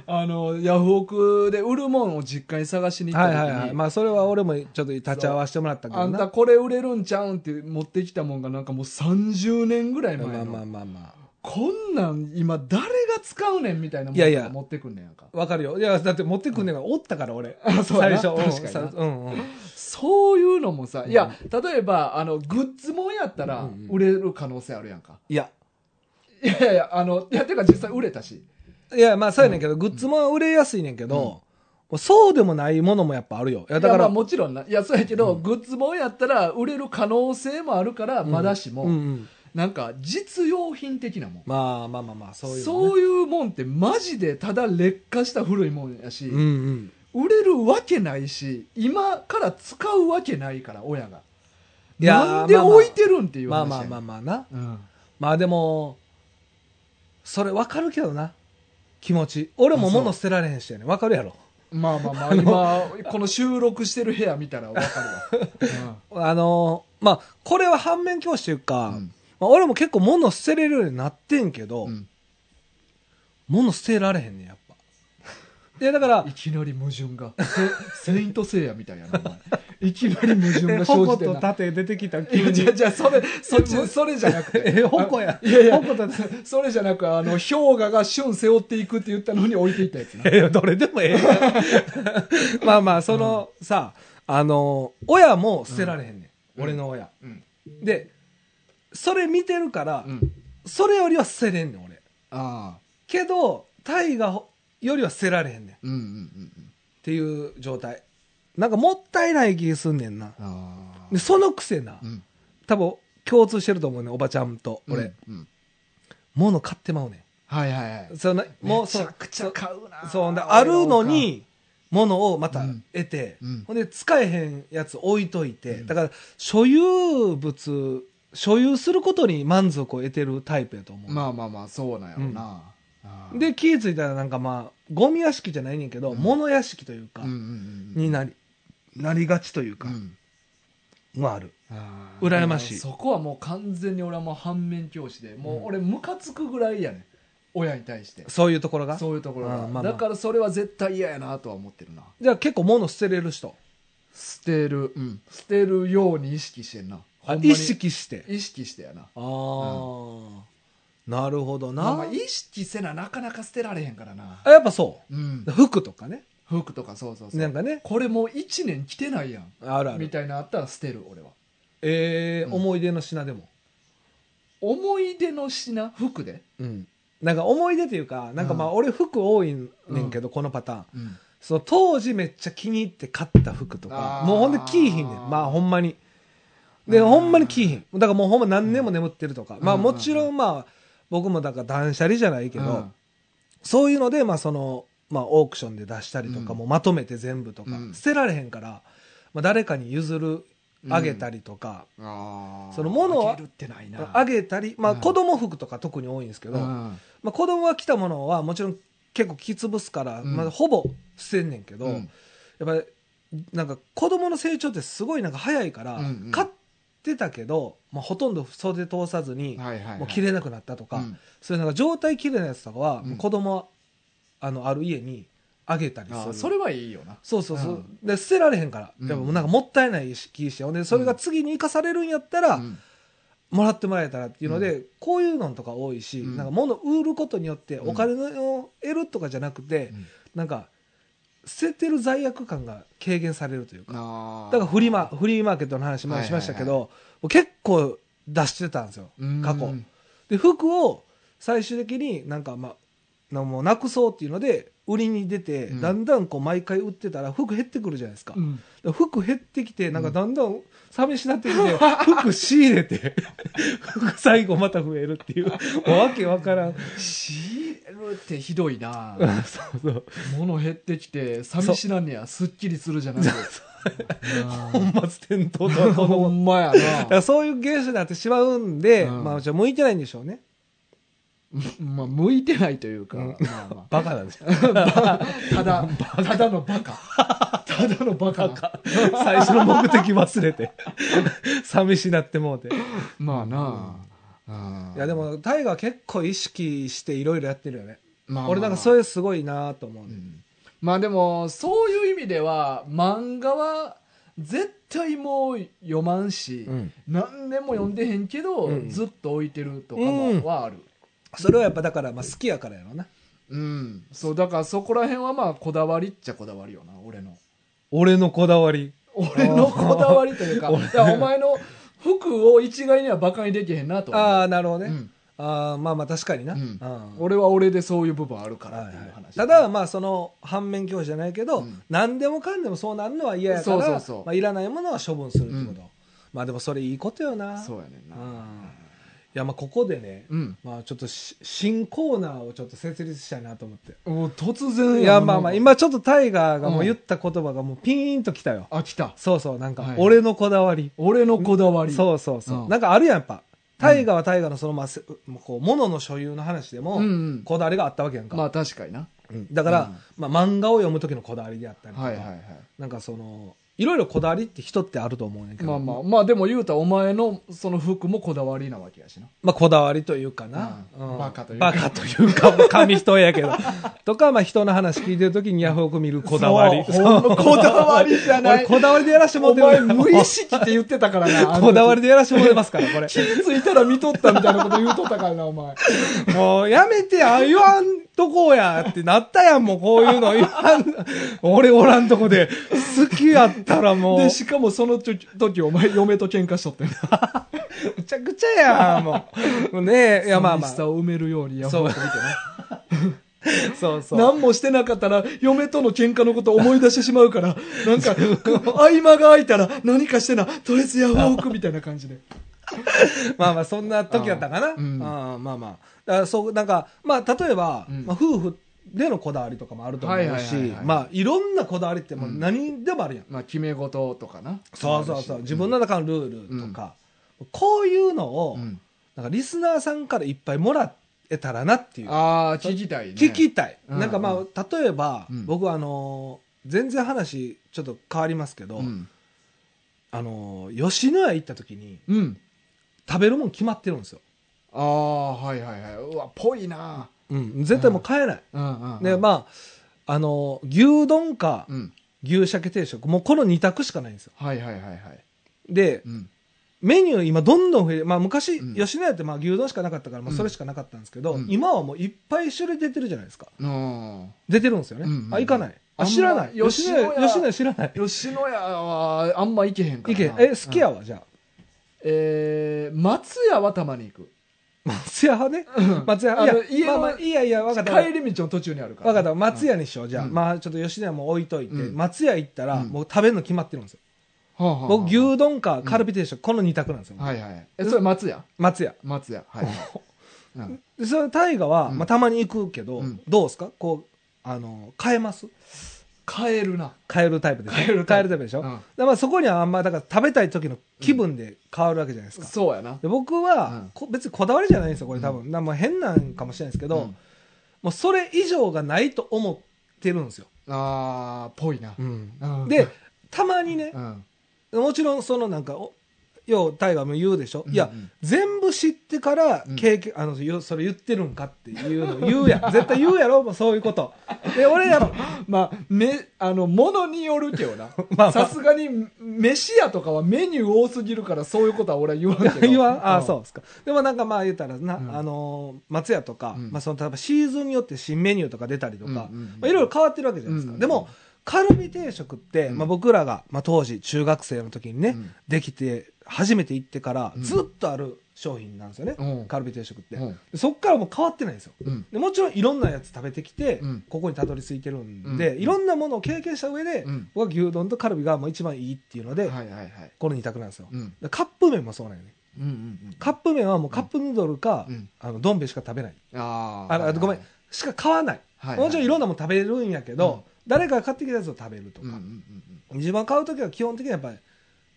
S1: あの、ヤフオクで売るもんを実家に探しに行っ
S2: は
S1: た
S2: い
S1: 時に、
S2: はいはい。まあそれは俺もちょっと立ち会わせてもらったけ
S1: あ
S2: ど
S1: ん
S2: な。
S1: たこれ売れるんちゃうんって持ってきたもんがなんかもう30年ぐらい前の、
S2: まあまあまあま
S1: こんなん今誰が使うねんみたいなも
S2: いやいや
S1: ん持ってくんねんやんか
S2: あ。わかるよ。いや、だって持ってくんねんがおったから俺。
S1: あそう
S2: 最
S1: やな
S2: 初。うん
S1: 確かにな
S2: さうんうん。
S1: そういうのもさ、いや例えばあのグッズもんやったら
S2: うんうん
S1: 売れる可能性あるやんか、
S2: いや。
S1: いやいや、あの、いや、てか実際売れたし。
S2: いや、まあそうやねんけど、グッズも売れやすいねんけど、もうそうでもないものもやっぱあるよ。いや、
S1: だ
S2: だ
S1: か、
S2: からら、
S1: もちろんな。いや、そうやけど、グッズもんやったら売れる可能性もあるから、まだしも、
S2: うんうん
S1: なんか実用品的なもん。
S2: まあまあまあまあ、そういう、ね。
S1: そういうもんってマジでただ劣化した古いもんやし、
S2: うんうん。
S1: 売れるわけないし、今から使うわけないから、親が。
S2: いやー
S1: なんで
S2: まあまあ
S1: 置いてるんっていう話
S2: ま
S1: や
S2: あ
S1: ん
S2: まあまあまあな。
S1: うん
S2: まあでも、それわかるけどな。気持ち。俺も物捨てられへんしやねん。わかるやろ。
S1: まあまあまあ、今、この収録してる部屋見たらわかる わ。
S2: あのーまあ、これは反面教師というか、
S1: うん
S2: まあ、俺も結構物捨てれるようになってんけど、
S1: うんうん
S2: 物捨てられへんねん、やっぱ。で、だから
S1: い、きなり矛盾が。セセイントセイヤみたいやな、お前いきなり矛盾
S2: え、
S1: が生
S2: 矛
S1: じて
S2: と
S1: んな。
S2: 盾出てきた
S1: いや、
S2: 急
S1: じ
S2: に
S1: ゃ。あじゃあそれ、そっち、それじゃなくて。
S2: え、矛や。
S1: いやいや
S2: 矛と盾。
S1: それじゃなく、あの、氷河が旬背負っていくって言ったのに置いていったやつな。
S2: え、どれでもええやん。 まあまあ、その、さ、あのー親も捨てられへんねん。
S1: うん
S2: 俺の親。
S1: うん。
S2: で、それ見てるから、
S1: うん。
S2: それよりは捨てれんねん、俺。
S1: ああ。
S2: けど、タイがほよりは捨てられへんねん。っ
S1: うんうんうん。
S2: ていう状態。なんかもったいない気すんねんな。
S1: あ
S2: で、そのくせな
S1: あ。う、ん。
S2: 多分共通してると思うねん、おばちゃんと俺。
S1: うん。うん。
S2: 物買ってまうね
S1: はいはいはい
S2: ん。。そのもう、
S1: めち
S2: そ
S1: ゃ
S2: う、
S1: くちゃ買うな。
S2: そう、だあるの、に、物をまた得て、
S1: うんうん
S2: ほんで使えへんやつ置いといて、
S1: うん
S2: だから所有物、所有することに満足を得てるタイプやと思う。
S1: まあまあまあ、そうなんやろな。ああ、
S2: で、気ぃついたらなんかまあ、ゴミ屋敷じゃないねんけど、
S1: うん
S2: 物屋敷というか、
S1: うんうんうん。
S2: になり、なりがちというか
S1: う、ん。
S2: まあある。
S1: あー
S2: 羨ましい
S1: そこはもう完全に俺はもう反面教師でもううん俺ムカつくぐらいやね、親に対して
S2: そういうところが
S1: そういうところが、
S2: あーまあまあ
S1: だからそれは絶対嫌やなとは思ってるな
S2: じゃあ結構物捨てれる人
S1: 捨てるうん捨てるように意識してんなほんまに
S2: 意識して
S1: 意識してやな
S2: ああ、なるほどな、
S1: まあまあ意識せななかなか捨てられへんからな
S2: あやっぱそ
S1: うん
S2: う服とかね
S1: 服とかそうそうそう
S2: なんかね
S1: これもう1年着てないやん
S2: あるあ
S1: み
S2: る
S1: たいなのあったら捨てる俺は
S2: えー
S1: うん
S2: 思い出の品でも
S1: 思い出の品服で、
S2: うんなんか思い出というかなんかまあ俺服多いねんけど、このパターン
S1: うん、
S2: その当時めっちゃ気に入って買った服とか
S1: あー
S2: もうほんで着いひんねんまあほんまにで
S1: あー
S2: ほんまに着いひんだからもうほんま何年も眠ってるとか、
S1: ん
S2: まあ
S1: うん
S2: もちろんまあ僕もだから断捨離じゃないけど、そういうので、まあその、まあオークションで出したりとか、
S1: うん
S2: もうまとめて全部とか、
S1: うん
S2: 捨てられへんから、まあ誰かに譲る、
S1: うん
S2: あげたりとか、
S1: あー
S2: その物は
S1: あげるってないな
S2: あげたり、まあ
S1: うん
S2: 子供服とか特に多いんですけど、ま
S1: うん
S2: あ子供が着たものはもちろん結構着潰すから、
S1: うん
S2: まあほぼ捨てんねんけど、
S1: う
S2: やっ
S1: ん
S2: ぱり、なんか子供の成長ってすごいなんか早いから、
S1: うんうん
S2: 買ってたけど、まあほとんど袖通さずに、
S1: はいはいはい、
S2: もう着れなくなったとか、
S1: うん
S2: そういうなんか状態綺麗なやつとかは、
S1: うん
S2: 子供はあのある家にあげたりす
S1: あー
S2: る
S1: それはいいよな
S2: そうそうそう、
S1: う
S2: で捨てられへんから、
S1: うん
S2: でもなんかもったいない意識してほんでそれが次に生かされるんやったら、
S1: うん
S2: もらってもらえたらっていうので、こういうのとか多いし、
S1: うん
S2: なんか物売ることによって
S1: うん
S2: お金を得るとかじゃなくて、なんか捨ててる罪悪感が軽減されるというか、
S1: あー
S2: だからフリーマフリーマーケットの話前にしましたけど、
S1: は
S2: もう結構出してたんですよ
S1: うん
S2: 過去で服を最終的になんかまあなもうなくそうっていうので売りに出て、
S1: うん
S2: だんだんこう毎回売ってたら服減ってくるじゃないですか,、
S1: うん
S2: 服減ってきてなんかだんだん寂しなってきて、 服仕入れて 服最後また増えるっ ていうもうわけわからん
S1: 知るってひどい な
S2: そうそう
S1: 物減ってきて寂しなんねやすっきりするじゃな くて
S2: ほんま捨てんとうとはこの
S1: ほ
S2: もん
S1: んまや
S2: だ からそういう現象になってしまうんで、
S1: うん
S2: まあじゃあ向いてないんでしょうね
S1: なまあ向いてないというか、
S2: うん
S1: まあまあ
S2: バカなんですよ
S1: ただ、ただのバカ。ただのバカな。
S2: 最初の目的忘れて 寂しなってもうて
S1: まあなあ、
S2: いやでもタイガー結構意識していろいろやってるよね、
S1: まあまあまあ
S2: 俺なんかそれすごいなと思う、
S1: う
S2: ね
S1: んまあでも、そういう意味では、漫画は絶対もう読まんし、
S2: うん
S1: 何年も読んでへんけど、
S2: うん
S1: ずっと置いてるとか
S2: うん
S1: もはある。
S2: それはやっぱだからまあ好きやからやろな
S1: うん、そう、だからそこら辺はまあこだわりっちゃこだわりよな、俺の。
S2: 俺のこだわり
S1: 俺のこだわりというか、いやお前の服を一概にはバカにできへんなと思う。
S2: ああなるほどね、
S1: うん
S2: ああまあまあ確かにな、
S1: うん
S2: うん
S1: 俺は俺でそういう部分あるから
S2: はい
S1: っ
S2: は
S1: ていう
S2: い
S1: 話。
S2: ただまあその反面教師じゃないけど、
S1: うん
S2: 何でもかんでもそうなるのは嫌やから
S1: そうそうそう
S2: まあ、いらないものは処分するってこと、まあでもそれいいことよな
S1: そうやねん
S2: う
S1: な。
S2: んいやまあここでね、
S1: うん。
S2: まあちょっとし新コーナーをちょっと設立したいなと思って
S1: お突然
S2: いや、まあまあ、。今ちょっとタイガーがもう
S1: うん
S2: 言った言葉がもうピーンときたよ。
S1: あ、来た。
S2: そうそう、なん
S1: は
S2: か
S1: い、
S2: 俺のこだわり。
S1: 俺のこだわり。
S2: そうそうそうう。
S1: ん
S2: なんかあるやん、やっぱ。タイガーはタイガーのその、まあ、せこう、物の所有の話でも
S1: うんうん、
S2: こだわりがあったわけやんか。
S1: まあ確かにな。
S2: うんだから、まあ、漫画を読む時のこだわりであったりと
S1: はいはいは
S2: か、
S1: い。
S2: なんかその、いろいろこだわりって人ってあると思うねんけど。
S1: まあまあ、まあでも言うたらお前のその服もこだわりなわけやしな。
S2: まあ、こだわりというかな。
S1: うん
S2: ん
S1: バカというか
S2: バカというか、もう紙一重やけど。 とか、まあ、人の話聞いてる時にヤフオク見るこだわり。
S1: そうほんまこだわりじゃな
S2: 俺
S1: い。
S2: こだわりでやらしても
S1: お
S2: らって
S1: 前
S2: る
S1: 無意識って言ってたから な。
S2: こだわり
S1: り。
S2: でやらしてもらってますから、こ
S1: 気
S2: れ。
S1: づいたら見とったみたいなこと言うとったからな、お前。
S2: もうやめてや、言わんとこや、ってなったやん、もうこういうの。言わん、俺おらんとこで、好きやったらもう、
S1: で、
S2: むち
S1: しかもその時、時お前嫁と喧嘩しとって
S2: ゃくちゃやん、 もう。ねえ、いやまあま
S1: 寂しさ
S2: あ。
S1: を埋めるようにや
S2: そう
S1: ほうと見てな。
S2: そうそう。
S1: 何もしてなかったら、嫁との喧嘩のことを思い出してしまうから、なんか、合間が空いたら何かしてな、とりあえずヤフオクみたいな感じで。
S2: まあまあ、そんな時やったか
S1: う
S2: な。
S1: んうん
S2: あーまあまあ。だからそう、なんか、まあ、例えば、
S1: うん
S2: まあ、夫婦でのこだわりとかもあると思
S1: はいうはいはい
S2: し
S1: は、い
S2: まあ、いろんなこだわりってもう何でもあるやん。
S1: まあ、決め事とかな。
S2: そうそうそう。自分の中のルールとか、こういうのを、
S1: うん
S2: なんかリスナーさんからいっぱいもらえたらなっていう。
S1: ああ、聞きたいね。
S2: 聞きたい。
S1: うん
S2: なんかま
S1: う
S2: あ、例えば、
S1: うん
S2: 僕はあのー全然話ちょっと変わりますけど、
S1: うん。
S2: あのー吉野家行った時に
S1: うん。
S2: 食べるもん決まってるんですよ。
S1: ああ、はいはいはい。うわ、ぽいな。
S2: うん、絶対もう買えない。
S1: うんうんうん
S2: で、まあ、あの、牛丼か
S1: うん
S2: 牛鮭定食、もうこの2択しかないんですよ。
S1: はいはいはいはい
S2: で、
S1: うん
S2: メニュー今どんどん増えて、まあ昔、
S1: うん
S2: 吉野家ってまあ牛丼しかなかったから、まあ
S1: うん
S2: それしかなかったんですけど、
S1: うん
S2: 今はもういっぱい種類出てるじゃないですか。
S1: うん
S2: 出てるんですよね。
S1: うんうんうん
S2: あ、行かない。あ、
S1: あんま
S2: 知らない。吉
S1: 吉
S2: 野
S1: 野
S2: 家、
S1: 家
S2: 吉野家知らない。
S1: 吉野家はあんま行けへんか
S2: 行
S1: ら
S2: け
S1: な
S2: へん。え、好き
S1: や
S2: やわ、じゃあ。
S1: えー松屋はたまに行く
S2: 松屋派ね。
S1: うん
S2: 松屋
S1: あの
S2: 派。い
S1: 家
S2: や、まあ
S1: の
S2: まあ、いいやいや、わかった。わかっ
S1: 帰り道の途中にあるか
S2: た
S1: ら
S2: わかった。松屋にしよう、じゃあ。
S1: うん
S2: まあちょっと吉野家も置いといて、
S1: うん
S2: 松屋行ったら、
S1: うん
S2: もう食べるの決まってるんですよ。
S1: はあはあはあ
S2: 僕、牛丼かカルビ定食、この2択なんですよ。
S1: はいはいえそれ松屋
S2: 松屋。
S1: 松屋はいはいうん
S2: でそれ大河は、
S1: うん
S2: まあ、たまに行くけど、
S1: うん
S2: どうですかこうあの変えます
S1: 帰るな
S2: 変えるタイプでしょ
S1: 変えるタイプ
S2: でしょ、
S1: う
S2: だか
S1: ん
S2: らまあそこにはあんまだから食べたい時の気分で変わるわけじゃないですか、
S1: そうやな
S2: で僕は、
S1: うん
S2: こ別にこだわりじゃないんですよこれ多分、なもう変なんかもしれないですけど、
S1: うん
S2: もうそれ以上がないと思ってるんですよ、
S1: あーぽいなうん
S2: でたまにね
S1: う、ん
S2: もちろんそのなんかおよう大河も言うでしょ、いや
S1: うんうん
S2: 全部知ってから
S1: うん
S2: 経験、あのよそれ言ってるんかっていうの言うやん絶対言うやろもうそういうことで俺やっぱ
S1: まあめあのものによるけ どな
S2: まあ
S1: さすがに飯屋とかはメニュー多すぎるからそういうことは俺 は言わんけど
S2: 言わんああそう
S1: う
S2: ですかでもなんかまあ言ったらな、
S1: うん
S2: あのー松屋とか、
S1: うん
S2: まあ、その例えばシーズンによって新メニューとか出たりとか、
S1: うんうん
S2: ま
S1: うん
S2: あ、いろいろ変わってるわけじゃないですか、
S1: うん
S2: でもカルビ定食って、
S1: うん
S2: まあ、僕らが、まあ、当時中学生の時にね、
S1: うん
S2: できて初めて行ってから
S1: うん
S2: ずっとある商品なんですよね、
S1: うん
S2: カルビ定食って、
S1: うん
S2: でそっからもう変わってないんですよ
S1: うん
S2: でもちろんいろんなやつ食べてきて、
S1: うん
S2: ここにたどり着いてるんで、
S1: うん
S2: いろんなものを経験した上で、
S1: うん
S2: 僕は牛丼とカルビがもう一番いいっていうので、
S1: はいはいはい
S2: この2択なんですよ、
S1: うん
S2: でカップ麺もそうなんよね
S1: うんうんうん
S2: カップ麺はもうカップヌードルか、
S1: うん
S2: あのどん兵衛しか食べない
S1: あー
S2: あ
S1: はいはい
S2: ごめんしか買わない、
S1: はい
S2: もちろんいろんなもの食べるんやけど、誰かが買ってきたやつを食べるとか
S1: うん、うん
S2: 自分が買う時は基本的にはやっぱり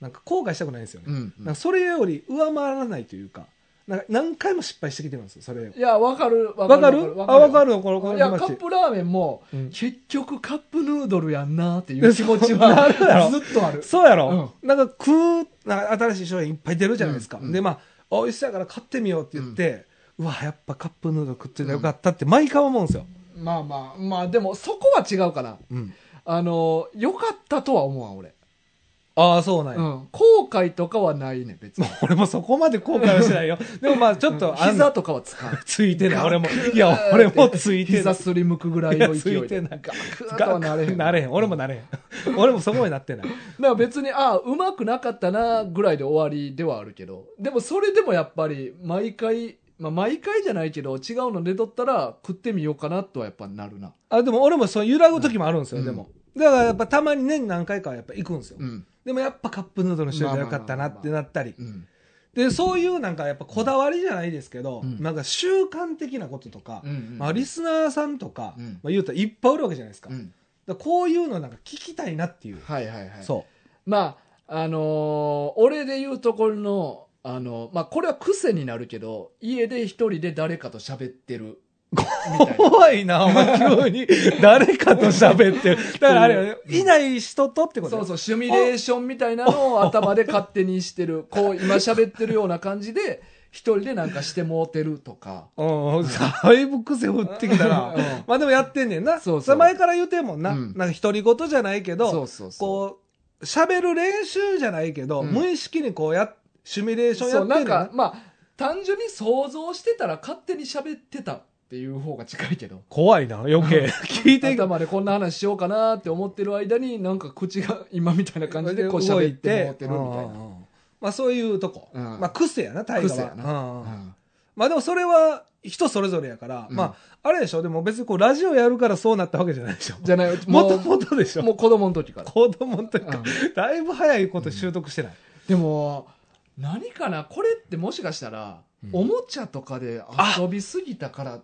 S2: なんか後悔したくないんですよね、
S1: うんうんうん
S2: なんかそれより上回らないというかなんか何回も失敗してきてるんですよそれを
S1: いやわかるわ
S2: わかるあわか
S1: る
S2: るこのこの
S1: い
S2: 気
S1: や
S2: 持
S1: カッ
S2: ち
S1: プラーメンも
S2: うん
S1: 結局カップヌードルやんなっていう気持ちは
S2: そうなるやろ
S1: ずっとある
S2: そうやろ、なんか食うなんか新しい商品いっぱい出るじゃないですか、
S1: うんうん
S2: でまあ美味しそうやから買ってみようって言って、うわやっぱカップヌードル食ってたらよかったって毎回思うんですよ、
S1: まあまあまあでもそこは違うかな
S2: うん
S1: あの良かったとは思わん俺
S2: ああそうなんや、
S1: うん後悔とかはないね別に
S2: 俺もそこまで後悔はし ないよ。でもまあちょっと、あん
S1: 膝とかはつかん
S2: ついてない。俺も。いや、俺もついてな
S1: 膝
S2: い。
S1: すりむくぐらいの勢
S2: いやつ
S1: い
S2: いて
S1: で
S2: ない
S1: ガクッとはなれへん
S2: なれへん。俺もなれへん。俺もそこまでなってない。
S1: だから別にああうまくなかったなぐらいで終わりではあるけどでもそれでもやっぱり毎回、まあ、毎回じゃないけど違うの出とったら食ってみようかなとはやっぱなるな
S2: あ、でも俺もそう揺らぐ時もあるんですよ、
S1: うん
S2: でも。だからやっぱたまに年何回かはやっぱ行くんですよ。
S1: うん
S2: でもやっぱカップヌードルの種類が良かったなってなったり
S1: う。ん
S2: で、そういうなんかやっぱこだわりじゃないですけど、
S1: うん
S2: なんか習慣的なこととか
S1: う、ん
S2: まあリスナーさんとか
S1: うん、
S2: まあ言うたらいっぱいおるわけじゃないですか。
S1: う
S2: だか
S1: ん
S2: らこういうのなんか聞きたいなっていう。
S1: はいはいはい
S2: そう。
S1: まああのー俺で言うところのあのまあこれは癖になるけど家で一人で誰かと喋ってる みたいな
S2: 怖いな、お前 急に。誰かと喋ってる。だからあれよね、いない人とってこと
S1: そう
S2: う。
S1: そうシミュレーションみたいなのを頭で勝手にして るこう今喋ってるような感じで一人でなんかしてもうてるとか
S2: うん、だいぶ癖振ってきたな
S1: うん。
S2: まあでもやってんねんな。
S1: そうそう
S2: れ前から言うてんもんな。
S1: うん
S2: なんか独り言じゃないけ
S1: そ
S2: ど
S1: う、そうそう
S2: こう、喋る練習じゃないけど、
S1: うん
S2: 無意識にこうや、シミュレーションや
S1: そ
S2: っ
S1: う
S2: てん
S1: な
S2: ね
S1: ん
S2: んな
S1: かまあ単純に想像してたら勝手に喋ってたっていう方が近いけど
S2: 怖いな、余計。聞いていく。
S1: 頭でこんな話しようかなって思ってる間になんか口が今みたいな感じでこう
S2: 動
S1: 喋ってもうてるみたい
S2: うん
S1: な
S2: うんうんまあそういうとこ。
S1: うん
S2: まあ癖やな、大河は。
S1: 癖やな
S2: うんうん
S1: うん
S2: まあでもそれは人それぞれやから、
S1: うん
S2: まああれでしょでも別にこうラジオやるからそうなったわけじゃないでしょ
S1: じゃない
S2: も
S1: も
S2: と
S1: う
S2: もとでしょ
S1: もう子供の時から
S2: 子供の時から、
S1: うん
S2: だいぶ早いこと習得してない、
S1: でも何かなこれってもしかしたら、
S2: うん
S1: おもちゃとかで遊びすぎたから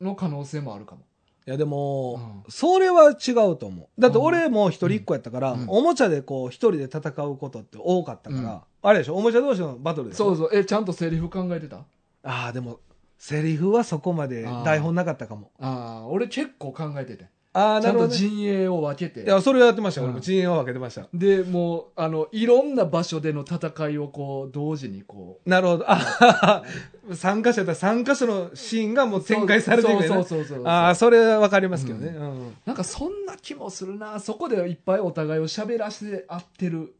S1: の可能性もあるかも
S2: いやでも、
S1: う
S2: それは違うと思うだって俺も一人っ子やったから、
S1: うん
S2: おもちゃでこう一人で戦うことって多かったから、
S1: うん
S2: あれでしょおもちゃ同士のバトルでしょ
S1: そうそうえちゃんとセリフ考えてた
S2: ああでもセリフはそこまで台本なかったかも
S1: ああ俺結構考えてて
S2: ああ、
S1: ち
S2: な
S1: ゃん
S2: る
S1: と
S2: ほど、ね。
S1: 陣営を分けて
S2: い。や、それはやってました。
S1: うん
S2: 俺も陣営を分けてました。
S1: で、もう、あの、いろんな場所での戦いをこう、同時にこ
S2: なるほど。あ 参加者だったら3箇所のシーンがもう
S1: う。
S2: 展開されて
S1: そ
S2: る
S1: う
S2: ね。
S1: そうそうそうそう。
S2: ああ、それは分かりますけどね。うん
S1: なんかそんな気もするな。そこでいっぱいお互いを喋らせて合ってる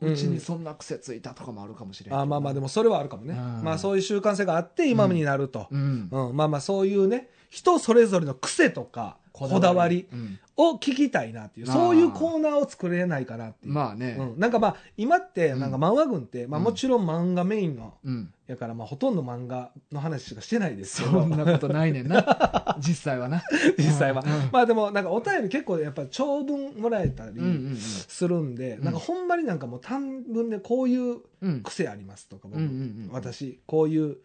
S1: うち
S2: うんうん
S1: にそんな癖ついたとかもあるかもしれない。
S2: あーまあまあで
S1: も。
S2: もそれはあるかもね、
S1: うん
S2: まあそういう習慣性があって今になると、
S1: うん。
S2: うんまあまあそういうね人それぞれの癖とかこだわり
S1: うん
S2: を聞きたいなってい
S1: あ
S2: う
S1: ー
S2: そういうコーナーを作れないかなっていう、
S1: まあね。
S2: うん、なんかまあ今って
S1: うん
S2: なんか漫画群って、まあ、
S1: うん
S2: もちろん漫画メインの
S1: うん。
S2: やからまあほとんど漫画の話しかしてないですけ
S1: そ
S2: ど
S1: んなことないねん な。実際はな。
S2: 実際は、
S1: うんうん
S2: まあでもなんかお便り結構やっぱ長文もらえたり
S1: うんうん
S2: するんで、
S1: うん
S2: なんかほんまになんかもう短文でこういう
S1: うん。うん。
S2: 癖ありますとか、僕
S1: うんうんうん
S2: 私こういう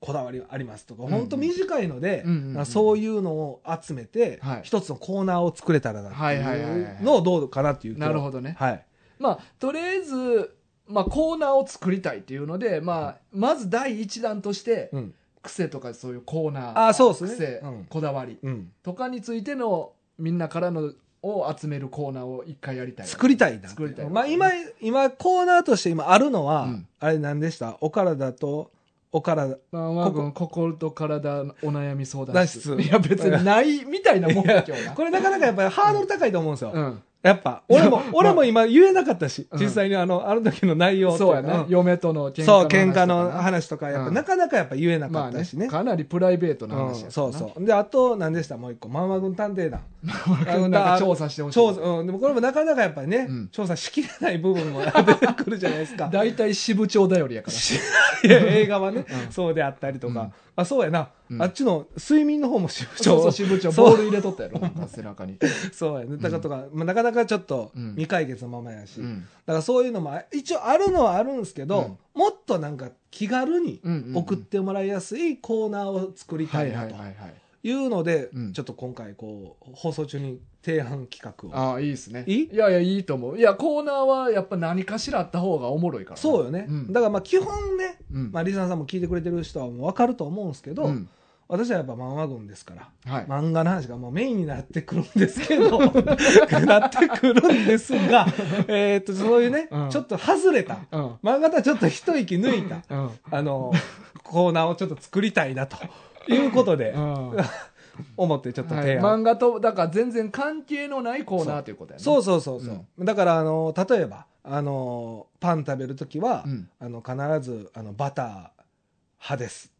S2: こだわりありますとか、
S1: うん
S2: 本当短いので、
S1: うんうんうん
S2: なんかそういうのを集めて、
S1: はい
S2: 一つのコーナーを作れたらなって
S1: はいはいはいいは
S2: う
S1: い
S2: のをどうかなっていう
S1: なるほ
S2: ど
S1: どね。
S2: はい
S1: まあ、とりあえず、まあ、コーナーを作りたいっていうので、まあ、まず第一弾として、
S2: うん
S1: 癖とかそういうコーナー、
S2: あーそうですね
S1: 癖、
S2: うん
S1: こだわり
S2: うん
S1: とかについてのみんなからのを集めるコーナーを一回やりたい。
S2: 作りたいな
S1: 作りたい
S2: まあ、今今コーナーとして今あるのは、
S1: うん
S2: あれ何でしたお体とお体
S1: まあ、まあ、心心と体のお悩み相談室。
S2: 談室
S1: いや、別にないみたいなもんだけどな。
S2: これなかなかやっぱりハードル高いと思うんですよ、
S1: うん。
S2: やっぱ俺 も俺も今言えなかったし、
S1: うん
S2: 実際にあのあの時の内容ってい
S1: そうや
S2: ん
S1: ね。嫁との喧嘩の話とかな。
S2: そう、喧嘩の話とか、やっぱ、
S1: うん
S2: なかなかやっぱ言えな
S1: ま
S2: か
S1: あ
S2: った
S1: ね
S2: しね。
S1: かなりプライベートな話や
S2: うん
S1: から
S2: そ
S1: な
S2: うそう。で、あと、何でしたもう一個。マンマ軍探偵団。
S1: なんか調査してほしい。
S2: 調査、うん。でもこれもなかなかやっぱりね、
S1: うん
S2: 調査しきれない部分も 出てくるじゃないで すか。
S1: 大体支部長頼りやから。
S2: いや映画はね、そうであったりとか。
S1: うん
S2: あ、そうやな、
S1: うん
S2: あっちの睡眠の方も支部
S1: そうそ
S2: 長。
S1: う、支部長、
S2: そう
S1: ボール入れとったやろ、なんか背中に。
S2: そうやね。だからとか、まあ、なかなかちょっと
S1: うん
S2: 未解決のままやし。
S1: う
S2: だ
S1: ん
S2: からそういうのも、あ一応あるのはあるんですけど、もっとなんか気軽に
S1: うんうんうん
S2: 送ってもらいやすいコーナーを作り
S1: は
S2: た
S1: い
S2: い
S1: は
S2: ないと
S1: はいはい。
S2: いうので、
S1: うん
S2: ちょっと今回こう放送中に提案企画を
S1: ああ、いいですね。
S2: いい
S1: いやいや、いいと思う。いや、コーナーはやっぱ何かしらあった方がおもろいからな。
S2: そうよね、
S1: うん
S2: だからまあ基本ね、
S1: うん
S2: まあ、リスナーさんも聞いてくれてる人はもう分かると思うんですけど、
S1: うん
S2: 私はやっぱ漫画群ですから
S1: はい。
S2: 漫画の話がもうメインになってくるんですけどなってくるんですがえーっとそういうね、
S1: うん
S2: ちょっと外れた
S1: うん。
S2: 漫画とはちょっと一息抜いた
S1: うん。
S2: あのコーナーをちょっと作りたいなということで、
S1: はい
S2: 思ってちょっと提案を
S1: 漫画と、だから全然関係のないコーナーということやね。
S2: そう
S1: そ
S2: そうそうそう、だからあの例えばあのパン食べる時は、
S1: うん
S2: あの必ずあのバター派です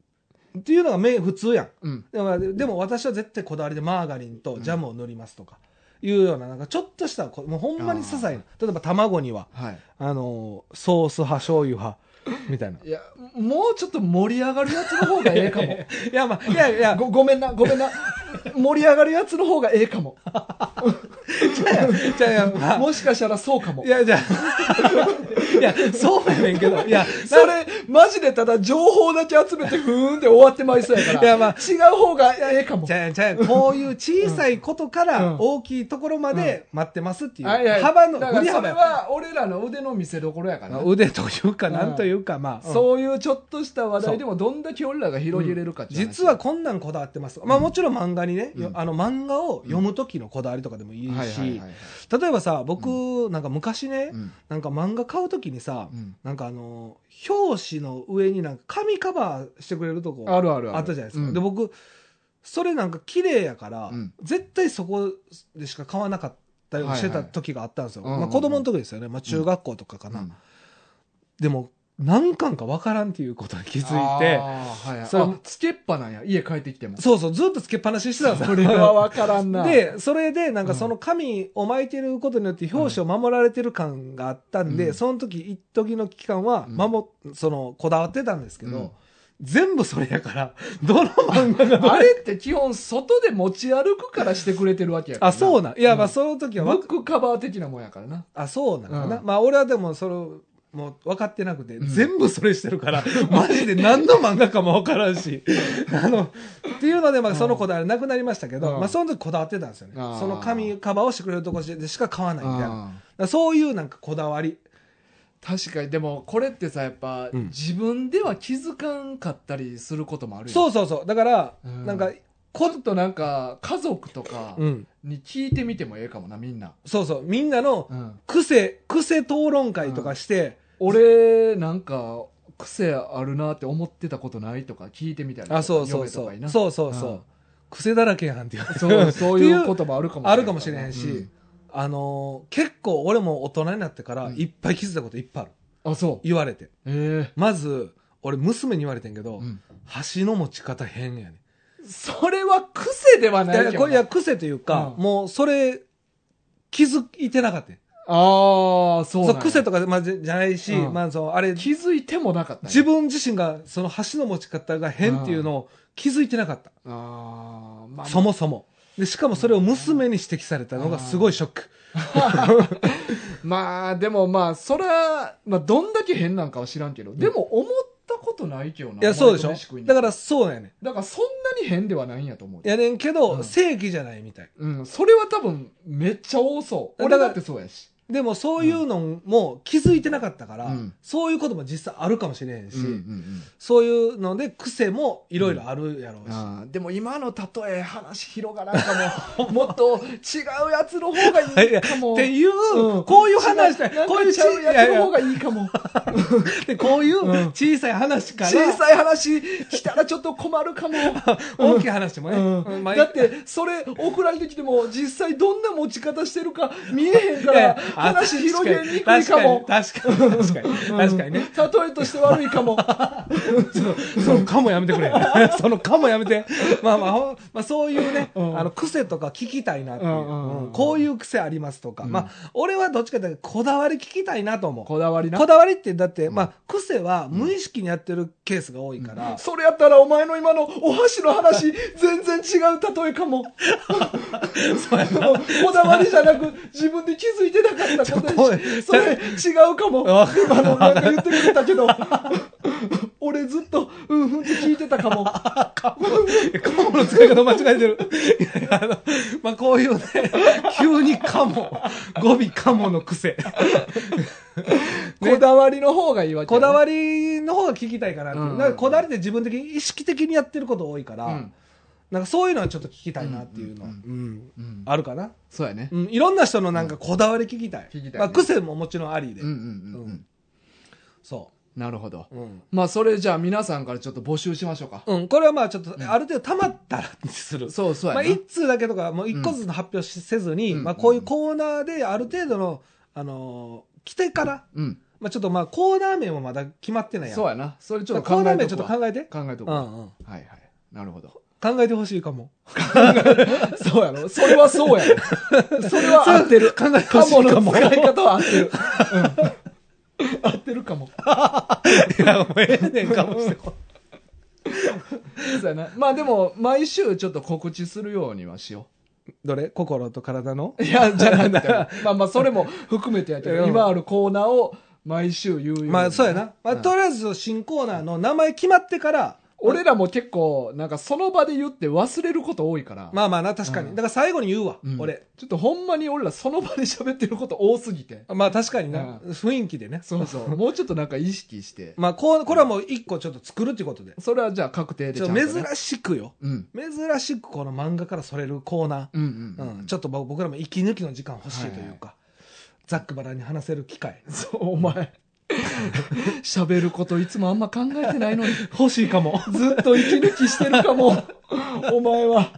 S2: っていうのがめ普通やん
S1: う。うん。
S2: でもでも私は絶対こだわりでマーガリンとジャムを塗りますとか、いうようななんかちょっとしたこもうほんまに些細な例えば卵には
S1: はい。
S2: あのソース派醤油派みたいな
S1: いや、もうちょっと盛り上がるやつの方が ええかも。
S2: いやまあいやいや
S1: ごごめんな、ごめんな。盛り上がるやつの方がええか も。
S2: じゃあいやまあ
S1: もしかしたらそうかも
S2: い。やじゃあ いやそうやねんけどいや
S1: それ、マジでただ情報だけ集めて、ふーんで終わってまいそうやから。
S2: いやまあ
S1: 違う方がええかも
S2: じ。ゃあじゃあこういう小さいことか
S1: う
S2: ら
S1: ん
S2: 大きいところまで待ってますっていう、
S1: はいはい
S2: 幅の
S1: だから
S2: 振り
S1: そ
S2: 幅
S1: れ
S2: や
S1: は俺らの腕の見せ所やからね、
S2: 腕というか
S1: うん
S2: なんというかまあ、うん
S1: そういうちょっとした話題でもどんだけ俺らが広げれるかっていう話
S2: 実はこんなんこだわってます、まあもちろん漫画にね、
S1: うん
S2: あの漫画を読む時のこだわりとかでもいいし、
S1: はいはいはいはい
S2: 例えばさ僕、なんか昔ね、
S1: うん
S2: なんか漫画買う時にさ、
S1: うん
S2: なんかあの表紙の上になんか紙カバーしてくれるとこ
S1: あるあるある
S2: あったじゃないですか、
S1: うん
S2: で僕それなんか綺麗やから、
S1: うん
S2: 絶対そこでしか買わなかったようにしてた時があったんですよ、
S1: はいはい
S2: まあ、子供の時ですよね、まあ、中学校とかかな、
S1: うん
S2: でも何巻か分からんっていうことに気づいて
S1: あーはいはい
S2: それ
S1: あつけっぱなんや家帰ってきても
S2: そうそうずっとつけっぱなしにしてたんです
S1: そ
S2: よ
S1: れは分からんな
S2: でそれでなんかその紙を巻いてることによって表紙を守られてる感があったんで、
S1: うん
S2: その時一時の期間は
S1: うん
S2: 守、そのこだわってたんですけど、
S1: うん
S2: 全部それやからどの漫画がどれ
S1: あれって基本外で持ち歩くからしてくれてるわけやから
S2: あそう
S1: な
S2: なんいやまあ
S1: うん
S2: その時
S1: ブ
S2: はわ
S1: ックカバー的なもんやからな
S2: あそうなんかな、
S1: うん
S2: まあ俺はでもそれをもう分かってなくて、
S1: うん
S2: 全部それしてるから マジで何の漫画かも分から んしあのっていうのでまあそのこだわりなくなりましたけど、
S1: うん
S2: まあその時こだわってたんですよね
S1: あー
S2: その紙カバーをしてくれるとこでしか買わないみたいな。
S1: うん
S2: だからそういうなんかこだわり。
S1: 確かにでもこれってさやっぱ、
S2: うん
S1: 自分では気づかんかったりすることもあるよ
S2: そううそうそう。だから、
S1: うん
S2: なんか、
S1: こっとなんか家族とか、
S2: うん。
S1: に聞いてみてもええかもなみんな、
S2: そうそう、みんなの
S1: うん、
S2: 癖、癖討論会とかして、
S1: 俺なんか癖あるなって思ってたことないとか聞いてみたいな
S2: あ、そうそうそ
S1: 嫁とかにな
S2: う。そうそうそう。
S1: うん
S2: 癖だらけやんっていう。
S1: そうそういう言葉あるかもしれない
S2: あるかもしれへんし、あのー結構俺も大人になってから
S1: うん
S2: いっぱい気づいたこといっぱいある。
S1: うんあそう
S2: 言われて。
S1: え
S2: まず、俺娘に言われてんけ
S1: え
S2: ど、箸の持ち方変やねん。
S1: それは癖ではいない
S2: や
S1: け
S2: こ
S1: ど
S2: れい
S1: な
S2: や癖というか、
S1: うん
S2: もうそれ気づいてなかったよ
S1: ああそうな
S2: そうん
S1: や
S2: 癖とか、まあ、じゃじゃないし、
S1: うん
S2: まあ、そのあれ
S1: 気づいてもなかったんや
S2: 自分自身がその箸の持ち方が変っていうのを気づいてなかった、
S1: あーまあ
S2: そもそもでしかもそれを娘に指摘されたのがすごいショック、
S1: まあでもまあそら、まあ、どんだけ変なんかは知らんけど、でも思ったことないけどない
S2: やそうでしょだかららそうやね
S1: だからそんなに変ではないんやと思うん
S2: やねんけど、
S1: うん
S2: 正義じゃないみたい
S1: うんそれは多分めっちゃ多そう
S2: だか
S1: 俺
S2: ら
S1: だってそうやし
S2: でもそういうのも気づいてなかったから、
S1: うん
S2: そういうことも実際あるかもしれへんし、
S1: うんうんうん
S2: そういうので癖もいろいろあるやろうし、
S1: あーでも今の例え話広がらんかももっと違うやつの方が いいかも
S2: っていう、
S1: うん
S2: こういう話
S1: 違うなんか
S2: こういうち
S1: 違う
S2: いや
S1: やつ
S2: い
S1: の
S2: や
S1: 方がいいかも
S2: でこういう
S1: うん
S2: 小さい話から、
S1: 小さい話したらちょっと困る かも
S2: 大きい話もね、
S1: うん
S2: まあ
S1: だってそれ送られてきても実際どんな持ち方してるか見えへんか
S2: いやいや
S1: ら
S2: あ
S1: 話広げにくいかも
S2: 確かに確かに確かに確かにね、
S1: 例えとして悪い かも
S2: その「か」もやめ てくれその「か」もやめてまあまあ、ほんまあ、そういうね、
S1: うん
S2: あの癖とか聞きたいなっていう、
S1: うんうんうん
S2: うんこういう癖ありますとか、
S1: うん
S2: まあ俺はどっちかというとこだわり聞きたいなと思う
S1: こだわりな
S2: こだわりってだって、
S1: ん
S2: まあ癖は無意識にやってるケースが多いから、
S1: それやったらお前の今のお箸の話全然違う例えか も
S2: そうやな
S1: こだわりじゃなく自分で気づいてなかったことやし
S2: ち
S1: そ
S2: ょっ
S1: れ違うかも
S2: わかる
S1: 今のなんか言ってくれたけど俺ずっとうんうんって聞いてたかも
S2: カモの使い方間違えてる。いやいや、あの、まあ、こういうね、急にカモ、語尾カモの癖。
S1: こだわりの方がいいわけ
S2: こだ
S1: り
S2: わりの方が聞きたいかなっていう
S1: うん
S2: なんかこだわりって自分的に意識的にやってること多いから、
S1: うん
S2: なんかそういうのはちょっと聞きたいなっていうのは、
S1: う
S2: うんん
S1: うん
S2: あるかな。
S1: そうやね
S2: うん、いろんな人のなんかこだわり聞きたい。
S1: 聞きたいね
S2: まあ、癖ももちろんありで。
S1: うんうんうんう
S2: うんんそ
S1: なるほど
S2: う。うん。
S1: まあそれじゃあ皆さんからちょっと募集しましょうか、
S2: うん、これはまあちょっと、ある程度溜まったらにする。
S1: そうそう
S2: まあ、
S1: やな、
S2: 1通だけとか、もう1個ずつの発表しせずに、
S1: うん
S2: まあ、こういうコーナーである程度の、あのー来てから、
S1: うん
S2: まあ、ちょっとまあコーナー名もまだ決まってないやん。
S1: そうやなそれちょっと
S2: コ
S1: 考
S2: ーナー
S1: え
S2: 名
S1: と
S2: ちょっ
S1: ことうわ
S2: 考えて。
S1: 考えと
S2: う
S1: こう、は
S2: んうん。
S1: いはいなるほど
S2: 考えてほしいかも。
S1: そうやろそれはそうやろ それは合ってる
S2: 考えてほ
S1: カ
S2: し
S1: モ
S2: いか
S1: の
S2: も。
S1: 使い方は合ってる、うん合ってるかも
S2: いや、もうええねんかもして。
S1: そうやなまあでも毎週ちょっと告知するようにはしよ
S2: どれ心と体の
S1: ういやじゃなくてまあまあそれも含めてやけど
S2: うん
S1: 今あるコーナーを毎週言うように
S2: まあ、そうやな。まあ、
S1: ん
S2: とりあえず新コーナーの名前決まってから、
S1: 俺らも結構なんかその場で言って忘れること多いから
S2: まあまあな、確か
S1: う
S2: に。だ
S1: ん
S2: から最後に言うわ、
S1: うん
S2: 俺。
S1: ちょっとほんまに俺らその場で喋ってること多すぎて
S2: まあ確かにな、
S1: う
S2: 雰囲気でね。
S1: そうそうもうちょっとなんか意識して
S2: まあ、こう、これはもう1個ちょっと作るってことで。
S1: それはじゃあ確定で
S2: ち
S1: ちゃ
S2: ょっ
S1: んと、
S2: と
S1: ね、
S2: 珍しくよ。
S1: うん
S2: 珍しくこの漫画からそれるコーナ
S1: うん
S2: ー、
S1: う
S2: うんん
S1: うん
S2: ちょっと僕僕らも息抜きの時間欲しいというか、ざっくばらんに話せる機会
S1: そうお前喋ることいつもあんま考えてない のに
S2: 欲しいかも
S1: ずっと息抜きしてるかも お前は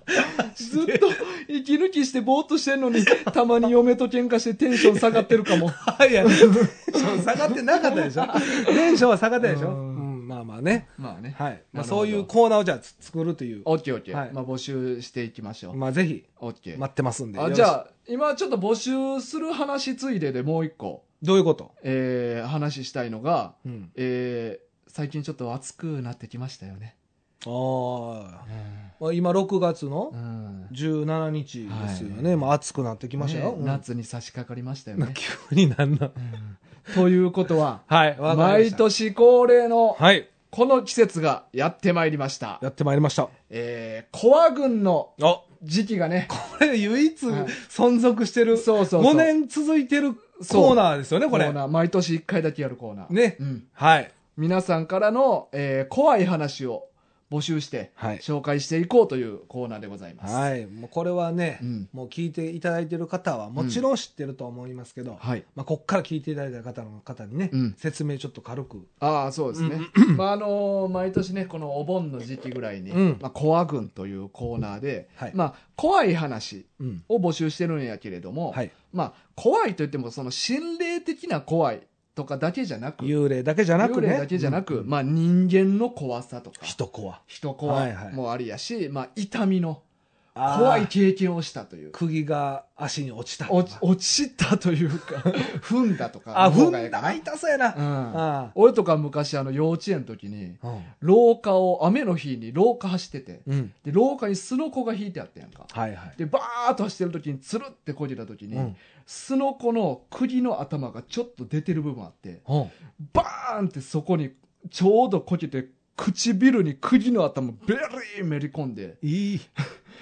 S1: ずっと息抜きしてぼーっとしてんのにたまに嫁と喧嘩してテンション下がってるかも
S2: いやテンション下がってなかったで しょテンションは下がったでし
S1: う
S2: ょ、うんんまあまあね、
S1: まあねな
S2: はい
S1: るほ
S2: ま
S1: ど
S2: あ、そういうコーナーをじゃあつ作るという、
S1: オッケーオッケー、
S2: はい
S1: まあ募集していきましょう、
S2: まあ、ぜひ
S1: オッケー
S2: 待ってますんでよ
S1: あ
S2: ろし
S1: じゃあ今ちょっと募集する話ついででもう一個、
S2: どういうこと、
S1: えー話したいのが、
S2: うん、
S1: えー最近ちょっと暑くなってきましたよね、う
S2: あーまあ今6月の
S1: ん
S2: 17日ですよね、
S1: はい
S2: まあ、暑くなってきましたよ、
S1: ね
S2: うん
S1: 夏に差し掛かりましたよね
S2: 急になんな
S1: ということは
S2: はいわかりま
S1: 毎
S2: した
S1: 年恒例の
S2: はい
S1: この季節がやってまいりました
S2: やってまいりました
S1: えーコア軍の
S2: あ
S1: 時期がね
S2: これ唯一
S1: はい
S2: 存続してる、
S1: そうそうそう
S2: 5年続いてるコーナーですよね、こ
S1: コ
S2: れ
S1: ー。ナー毎年1回だけやるコーナー
S2: ね
S1: うん
S2: はい。
S1: 皆さんからの、えー怖い話を募集して、
S2: はい。
S1: 紹介していこうというコーナーでございます。
S2: はい。もうこれはね、
S1: うん
S2: もう聞いていただいてる方は、もちろん知ってると思いますけど、
S1: はい。
S2: まあ、こっから聞いていただいた方の方にね、
S1: うん
S2: 説明ちょっと軽く。
S1: ああ、そうです ね。まあ、あのー毎年ね、このお盆の時期ぐらいに、
S2: うん
S1: まあ、コア軍というコーナーで、
S2: はい。
S1: まあ、怖い話
S2: うん。
S1: を募集してるんやけれども、
S2: はい。
S1: まあ、怖いといっても、その心霊的な怖いとかだけじゃなく、
S2: 幽霊だけじゃなく
S1: 幽
S2: ね。
S1: 霊だけじゃなく、
S2: うん
S1: まあ、人間の怖さとか、
S2: 人怖。
S1: 人怖
S2: はい
S1: い
S2: はい
S1: もありやし、まあ、痛みの
S2: あー
S1: 怖い。経験をしたという。
S2: 釘が足に落ちたとか。
S1: 落ち落ちたという か、踏んだとか。の
S2: あ、
S1: 方が
S2: 踏
S1: ええ
S2: ん
S1: か
S2: だ。
S1: な
S2: あ痛そうやな。
S1: うん。
S2: あ
S1: 俺とか昔、あの、幼稚園の時に、
S2: あ。
S1: 廊下を、雨の日に廊下走ってて、
S2: うん。
S1: で、廊下にスノコが引いてあったやんか。
S2: はいはい。
S1: で、バーっと走ってる時に、つるってこじた時に、
S2: うん
S1: スノコの釘の頭がちょっと出てる部分あって、
S2: うん
S1: バーンってそこに、ちょうどこじて、唇に釘の頭、ベリーめり込んで、
S2: いい。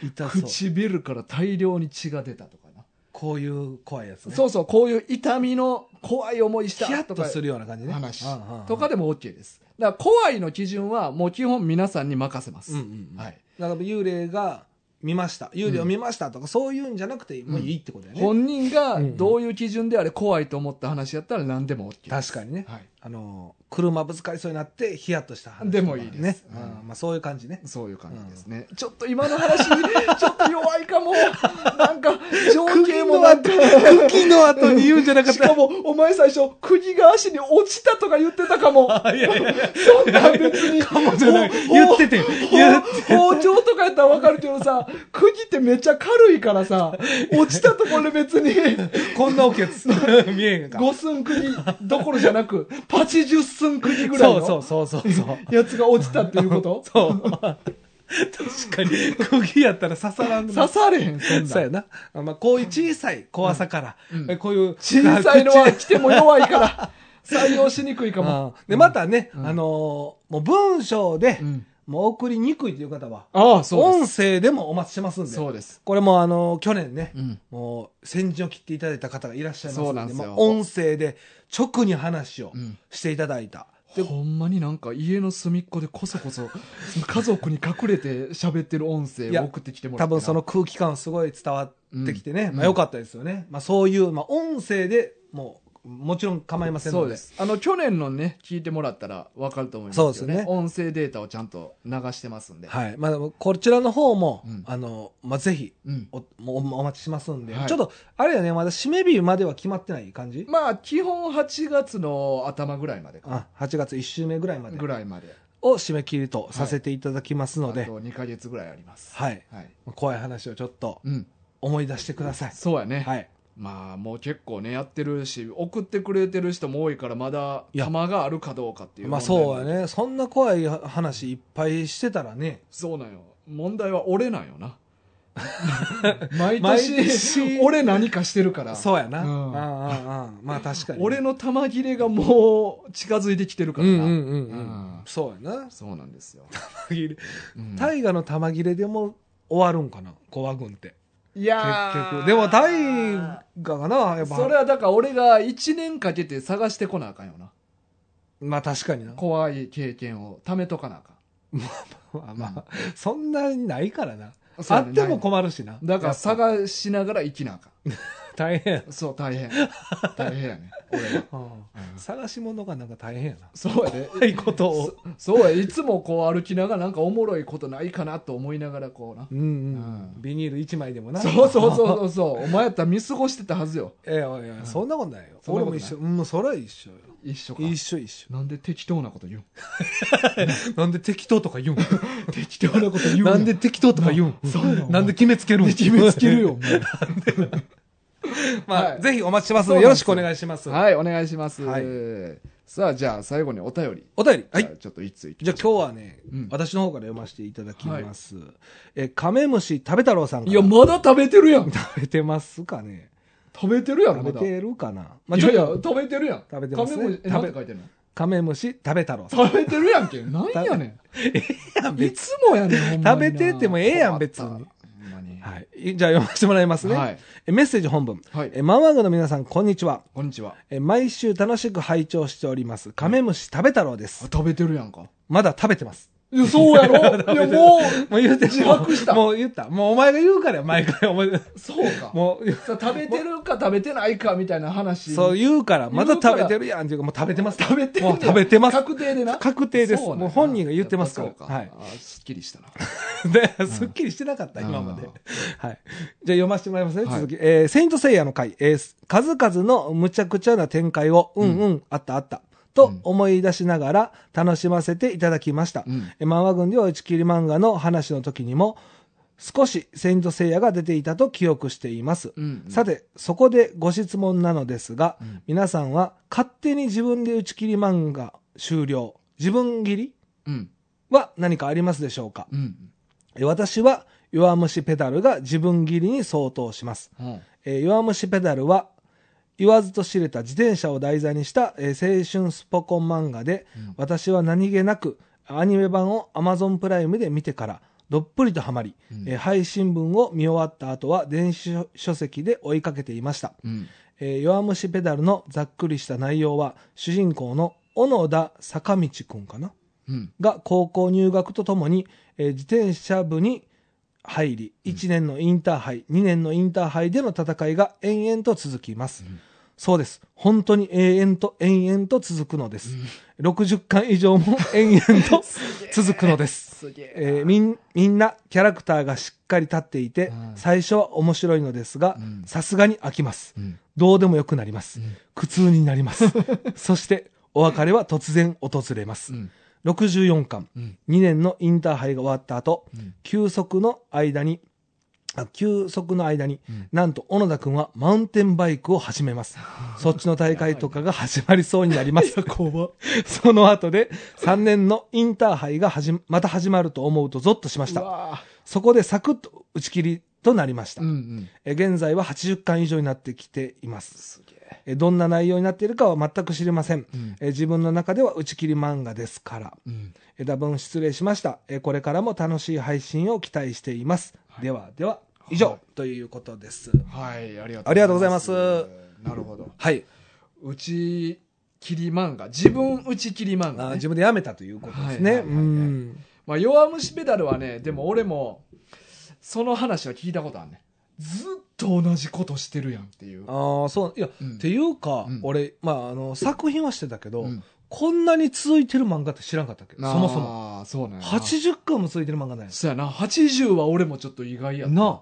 S2: 痛そう。
S1: 唇から大量に血が出たとかな。
S2: こういう怖いやつね。
S1: そうそう、こういう痛みの怖い思いし
S2: ヒヤ
S1: た
S2: ッ
S1: と
S2: と
S1: か
S2: するような感じね。
S1: 話
S2: うんうんうん
S1: とかでも OK です。だから怖いの基準はもう基本皆さんに任せま
S2: うんう
S1: す。
S2: んうん。
S1: はい。
S2: だから幽霊が見ました。幽霊を見ましたとか、そういうんじゃなくて、もういいってことだよね。
S1: 本人がどういう基準であれ怖いと思った話やったら何でも OK です。
S2: 確かにね。
S1: はい。
S2: あの、車ぶつかりそうになって、ヒヤッとした話とかね。
S1: でもいいです
S2: うん
S1: うん
S2: まあそういう感じね。
S1: そういう感じですね。ちょっと今の 話、ちょっと弱いかも。なんか、情景もなんか、
S2: 木の後に言うんじゃなかっ
S1: しかも、お前最初、釘が足に落ちたとか言ってたかも。
S2: た。いやいやいや
S1: そんなん別に。
S2: じゃない
S1: ほ
S2: 言ってて言っ
S1: 包包丁とかやったらわかるけどさ、釘ってめっちゃ軽いからさ、落ちたところで別に、
S2: こんな大きいやつ。見えへんか。
S1: 5寸釘どころじゃなく、80寸釘ぐらい
S2: そう
S1: の
S2: そうそうそうそう。
S1: やつが落ちたっていうこと
S2: そう。確かに、釘やったら刺さらんの
S1: 刺されへん、そん
S2: そう
S1: な
S2: や
S1: ん。
S2: な。あまあ、こういう小さい怖さから、
S1: うん
S2: えこういう。
S1: 小さいのは
S2: 口
S1: 来ても弱い から、採用しにくいかも。
S2: うんで、またね、
S1: うん
S2: あのーもう文章で、
S1: うん
S2: もう送りにくいという方は、
S1: ああ、そうで
S2: 音
S1: す。
S2: 声でもお待ちしてますんで。
S1: そうです。
S2: これもあのー去年ね、
S1: うん。
S2: もう先陣を切っていただいた方がいらっしゃいます
S1: そ
S2: の
S1: うなん
S2: で、
S1: ですよ
S2: もう音声で直に話を
S1: うん
S2: していただいた。
S1: でほんまになんか家の隅っこでこそこそ家族に隠れて喋ってる音声
S2: いや
S1: を送ってきてもら
S2: 多
S1: って
S2: 分その空気感すごい伝わってきてね、
S1: うん
S2: まあよかったですよね。まあそういう、まあ音声でもう、もちろん構いませんので。
S1: そうですあの去年のね聞いてもらったら分かると思います
S2: そう
S1: よ
S2: です
S1: ね
S2: ね
S1: 音声データをちゃんと流してますんで、
S2: はい。まあ、こちらの方も、
S1: うん
S2: あの、まあ、ぜひ、
S1: うん、
S2: お、もうおお待ちしますんで、
S1: はい
S2: ちょっと、あれやね、まだ締め日までは決まってない感じ、
S1: まあ基本8月の頭ぐらいまでか
S2: あ、8月1週目ぐらいまで
S1: ぐらいまで
S2: を締め切りとさせていただきますの
S1: あと
S2: で、
S1: 2か月ぐらいあります
S2: はい。
S1: はい、
S2: 怖い話をちょっと
S1: うん、
S2: 思い出してください。
S1: そうやね、
S2: はい。
S1: まあもう結構ねやってるし送ってくれてる人も多いからまだ
S2: いや
S1: 玉があるかどうかっていう
S2: まあ
S1: 問題も
S2: そうやね。そんな怖い話いっぱいしてたらね。
S1: そうなんよ。問題は俺なんよ な。毎
S2: 毎
S1: 年、
S2: 年
S1: 俺何かしてるから。
S2: そうやな。
S1: う
S2: うんんうんうん。まあ確かに。
S1: 俺の玉切れがもう近づいてきてるか
S2: う
S1: ら
S2: ん
S1: な。
S2: うんうんう
S1: うん
S2: ん。そうやな。
S1: そうなんですよ。うん
S2: 大河の玉切れでも終わるんかな怖軍って。
S1: い
S2: 結
S1: やー
S2: 局。でも大河がな、やっぱ。
S1: それはだから俺が1年かけて探してこなあかんよな。
S2: まあ確かにな。
S1: 怖い経験を貯めとかなあかん。
S2: まあまあ、そんなにないからな。
S1: そう
S2: あ
S1: やね
S2: っても困るしな。
S1: だから
S2: やっぱ
S1: 探しながら生きなあか
S2: 大変。
S1: ん。そう、大変。大変やね。俺は。
S2: うん
S1: うん
S2: 探し物がなんか大変やな。
S1: そうやね。
S2: 怖いことを。
S1: そうや、いつもこう歩きながらなんかおもろいことないかなと思いながらこうな。
S2: うんうん
S1: う。ん
S2: ビニール一枚でもな。
S1: そうそうそうそ うそう。お前やったら見過ごしてたはずよ。
S2: いやいやいや、そんなことないよ。
S1: そんな
S2: 俺
S1: こと
S2: も
S1: ない
S2: 一緒。うん、もうそれは一緒よ。
S1: 一緒か。
S2: 一緒一緒。
S1: なんで適当なこと言うん
S2: なんで適当とか言うん
S1: 適当なこと言うんや
S2: なんで適当とか言うん
S1: なそうよ
S2: なんで決めつけるん
S1: で決めつけるよ、お。前
S2: ま
S1: は
S2: あ、
S1: い
S2: ぜひお待ちして ます
S1: そ
S2: の
S1: う
S2: で、
S1: な
S2: よ
S1: んで
S2: ろ
S1: す
S2: し
S1: よ
S2: くお願いしま す。
S1: はい、お願いします。
S2: はい
S1: さあ、じゃあ最後にお便り。
S2: お便り。は
S1: じゃ
S2: い
S1: あ。ちょっといついき
S2: じゃあ今日はね
S1: うん、
S2: 私の方から読ませていただきます。え、カメムシ食べ太郎さんか
S1: い
S2: ら
S1: や、まだ食べてるやん。
S2: 食べてますかね
S1: 食べてるやろ、
S2: 食
S1: ま
S2: べ
S1: だ。
S2: てるかなまあ
S1: い
S2: ちょ
S1: や
S2: っ
S1: いや、
S2: と、
S1: 食べてるやん。
S2: 食べてますね
S1: 亀もえ
S2: 食
S1: な
S2: べ
S1: んて書いてるの
S2: カメムシ食べ太郎さん。
S1: 食べてるや んけ。なんやねん。いつもやねん、ほんまにな
S2: 食べててもええやん別に
S1: 困ったほんまに。
S2: はい。じゃあ読ませてもらいますね。
S1: はい
S2: えメッセージ本文。
S1: はい
S2: えマンワグの皆さん、こんにちは。
S1: こんにちは。あ
S2: え毎週楽しく拝聴しております。カメムシ食べ太郎です。
S1: 食べてるやんか。
S2: まだ食べてます。
S1: いやそうやろいやもう、
S2: もう言うて
S1: 自白した
S2: もう言った。もうお前が言うからや、毎回。お前
S1: そうか。
S2: もう、
S1: さ食べてるか食べてないかみたいな話。
S2: そう言うから、ま
S1: 言
S2: だ
S1: うから
S2: 食べてるやんっていうか、もう食べてます。
S1: 食べてんねん
S2: もう食べて ます。
S1: 確定でな。
S2: 確定です。
S1: そうなんや
S2: もう本人が言ってますから。
S1: やぱそう
S2: はい。
S1: あすっきりしたな。
S2: で、すっきりしてなかった、
S1: うん
S2: 今ま
S1: う
S2: で。
S1: ん
S2: はい。じゃあ読ませてもらいますね、
S1: はい
S2: 続き。えーセイントセイヤの回、えー数々のむちゃくちゃな展開を、うんうん、あったあった。と思い出しながら楽しませていただきました。
S1: うん
S2: えー漫画軍では打ち切り漫画の話の時にも、少しセイントセイヤが出ていたと記憶しています。
S1: うん
S2: さて、そこでご質問なのですが、
S1: うん
S2: 皆さんは勝手に自分で打ち切り漫画終了、自分切り
S1: うん。
S2: は何かありますでしょうか
S1: うん。
S2: えー私は弱虫ペダルが自分切りに相当します。
S1: うん。
S2: えー弱虫ペダルは言わずと知れた自転車を題材にした、えー青春スポコン漫画で、
S1: うん
S2: 私は何気なくアニメ版を Amazon プライムで見てからどっぷりとハマり、
S1: うん
S2: えー配信分を見終わった後は電子書書籍で追いかけていました。
S1: うん。
S2: えー弱虫ペダルのざっくりした内容は主人公の小野田坂道くんかな
S1: うん。
S2: が高校入学とともに、えー自転車部に入り、1年のインターハイ、2年のインターハイでの戦いが延々と続きます。そうです。本当に永遠と延々と続くのです。60巻以上も延々 と続くのです。
S1: すげえな。
S2: えーみんみんなキャラクターがしっかり立っていて、
S1: うん
S2: 最初は面白いのですが
S1: うん
S2: さすがに飽きます
S1: うん。
S2: どうでもよくなります、
S1: うん
S2: 苦痛になります そしてお別れは突然訪れます、
S1: うん。
S2: 64巻、
S1: うん
S2: 2年のインターハイが終わった後、
S1: うん
S2: 休息の間に、あ休息の間に、
S1: うん
S2: なんと小野田くんはマウンテンバイクを始 めます。そっちの大会とかが始まりそうになります。 その後で3年のインターハイが始ままた始まると思うとゾッとしまし
S1: う
S2: た。
S1: わ
S2: そこでサクッと打ち切りとなりまし
S1: ー
S2: た
S1: う。んうん。
S2: え現在は80巻以上になってきています。
S1: すげえ。
S2: えどんな内容になっているかは全く知りません。
S1: うん
S2: え自分の中では打ち切り漫画ですから。
S1: うん。
S2: え多分失礼しました。えこれからも楽しい配信を期待しています。ではでは、以上、
S1: はい
S2: ということです。
S1: はい、ありが
S2: ありがとうございます
S1: なるほど。
S2: はい。
S1: 打ち切り漫画。自分打ち切り漫
S2: あ
S1: 画、ね。
S2: 自分でやめたということですね。
S1: はいはいはいはい
S2: うん。
S1: まあ、弱虫ペダルはね、でも俺も、その話は聞いたことあるね。ずっと同じことしてるやんっていう。
S2: ああ、そう、いや、
S1: うん
S2: っていうか、
S1: うん
S2: 俺、まあ、あの、作品はしてたけど、
S1: うん
S2: こんなに続いてる漫画って知らんかったっけど、そもそも。
S1: も。そうなんやな。
S2: 80巻も続いてる漫画なんや。
S1: そうやな。80は俺もちょっと意外やった。
S2: なあ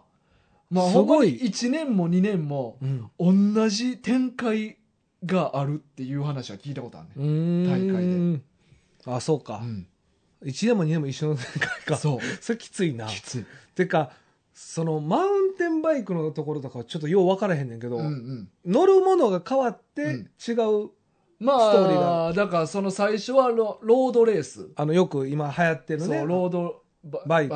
S1: まあ、
S2: す
S1: す
S2: ご
S1: ご
S2: い
S1: い。1年も2年も、
S2: うん。
S1: 同じ展開があるっていう話は聞いたことあるね。
S2: うん。あ、そうか。
S1: うん
S2: 1年も2年も一緒の世界か。
S1: そう。
S2: それきついな。
S1: きつい。
S2: てかそのマウンテンバイクのところとかはちょっとよう分からへんねんけど、
S1: うんうん。
S2: 乗るものが変わって
S1: うん
S2: 違う、
S1: ま
S2: ストーリー
S1: あ、だからその最初はロロードレース。
S2: あのよく今流行ってる
S1: そう、
S2: ねロ
S1: ロードバ
S2: バイク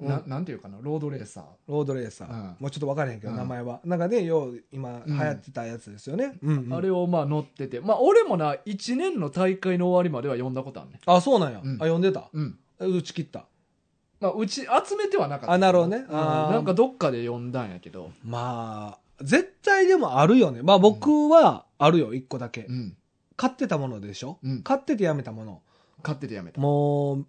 S1: な
S2: うん
S1: なんていうかな、ロードレーサー。
S2: ードレーサー、
S1: うん
S2: もうちょっと分からへんけど、
S1: うん
S2: 名前はなんかねよう今流行ってたやつですよね、うんうん
S1: あれをまあ乗ってて。まあ俺もな、1年の大会の終わりまでは読んだことあるね。
S2: あそうなんや、
S1: うん
S2: あ読んでた
S1: うん。
S2: 打ち切った
S1: まあうち集めてはなかった。
S2: あなるほどね
S1: うん
S2: あー
S1: なんかどっかで読んだんやけど。
S2: まあ絶対でもあるよねまあ僕はあるよ1個だけ、
S1: うん。
S2: 買ってたものでしょ、
S1: うん
S2: 買っててやめたもの
S1: 買っててやめた。
S2: もう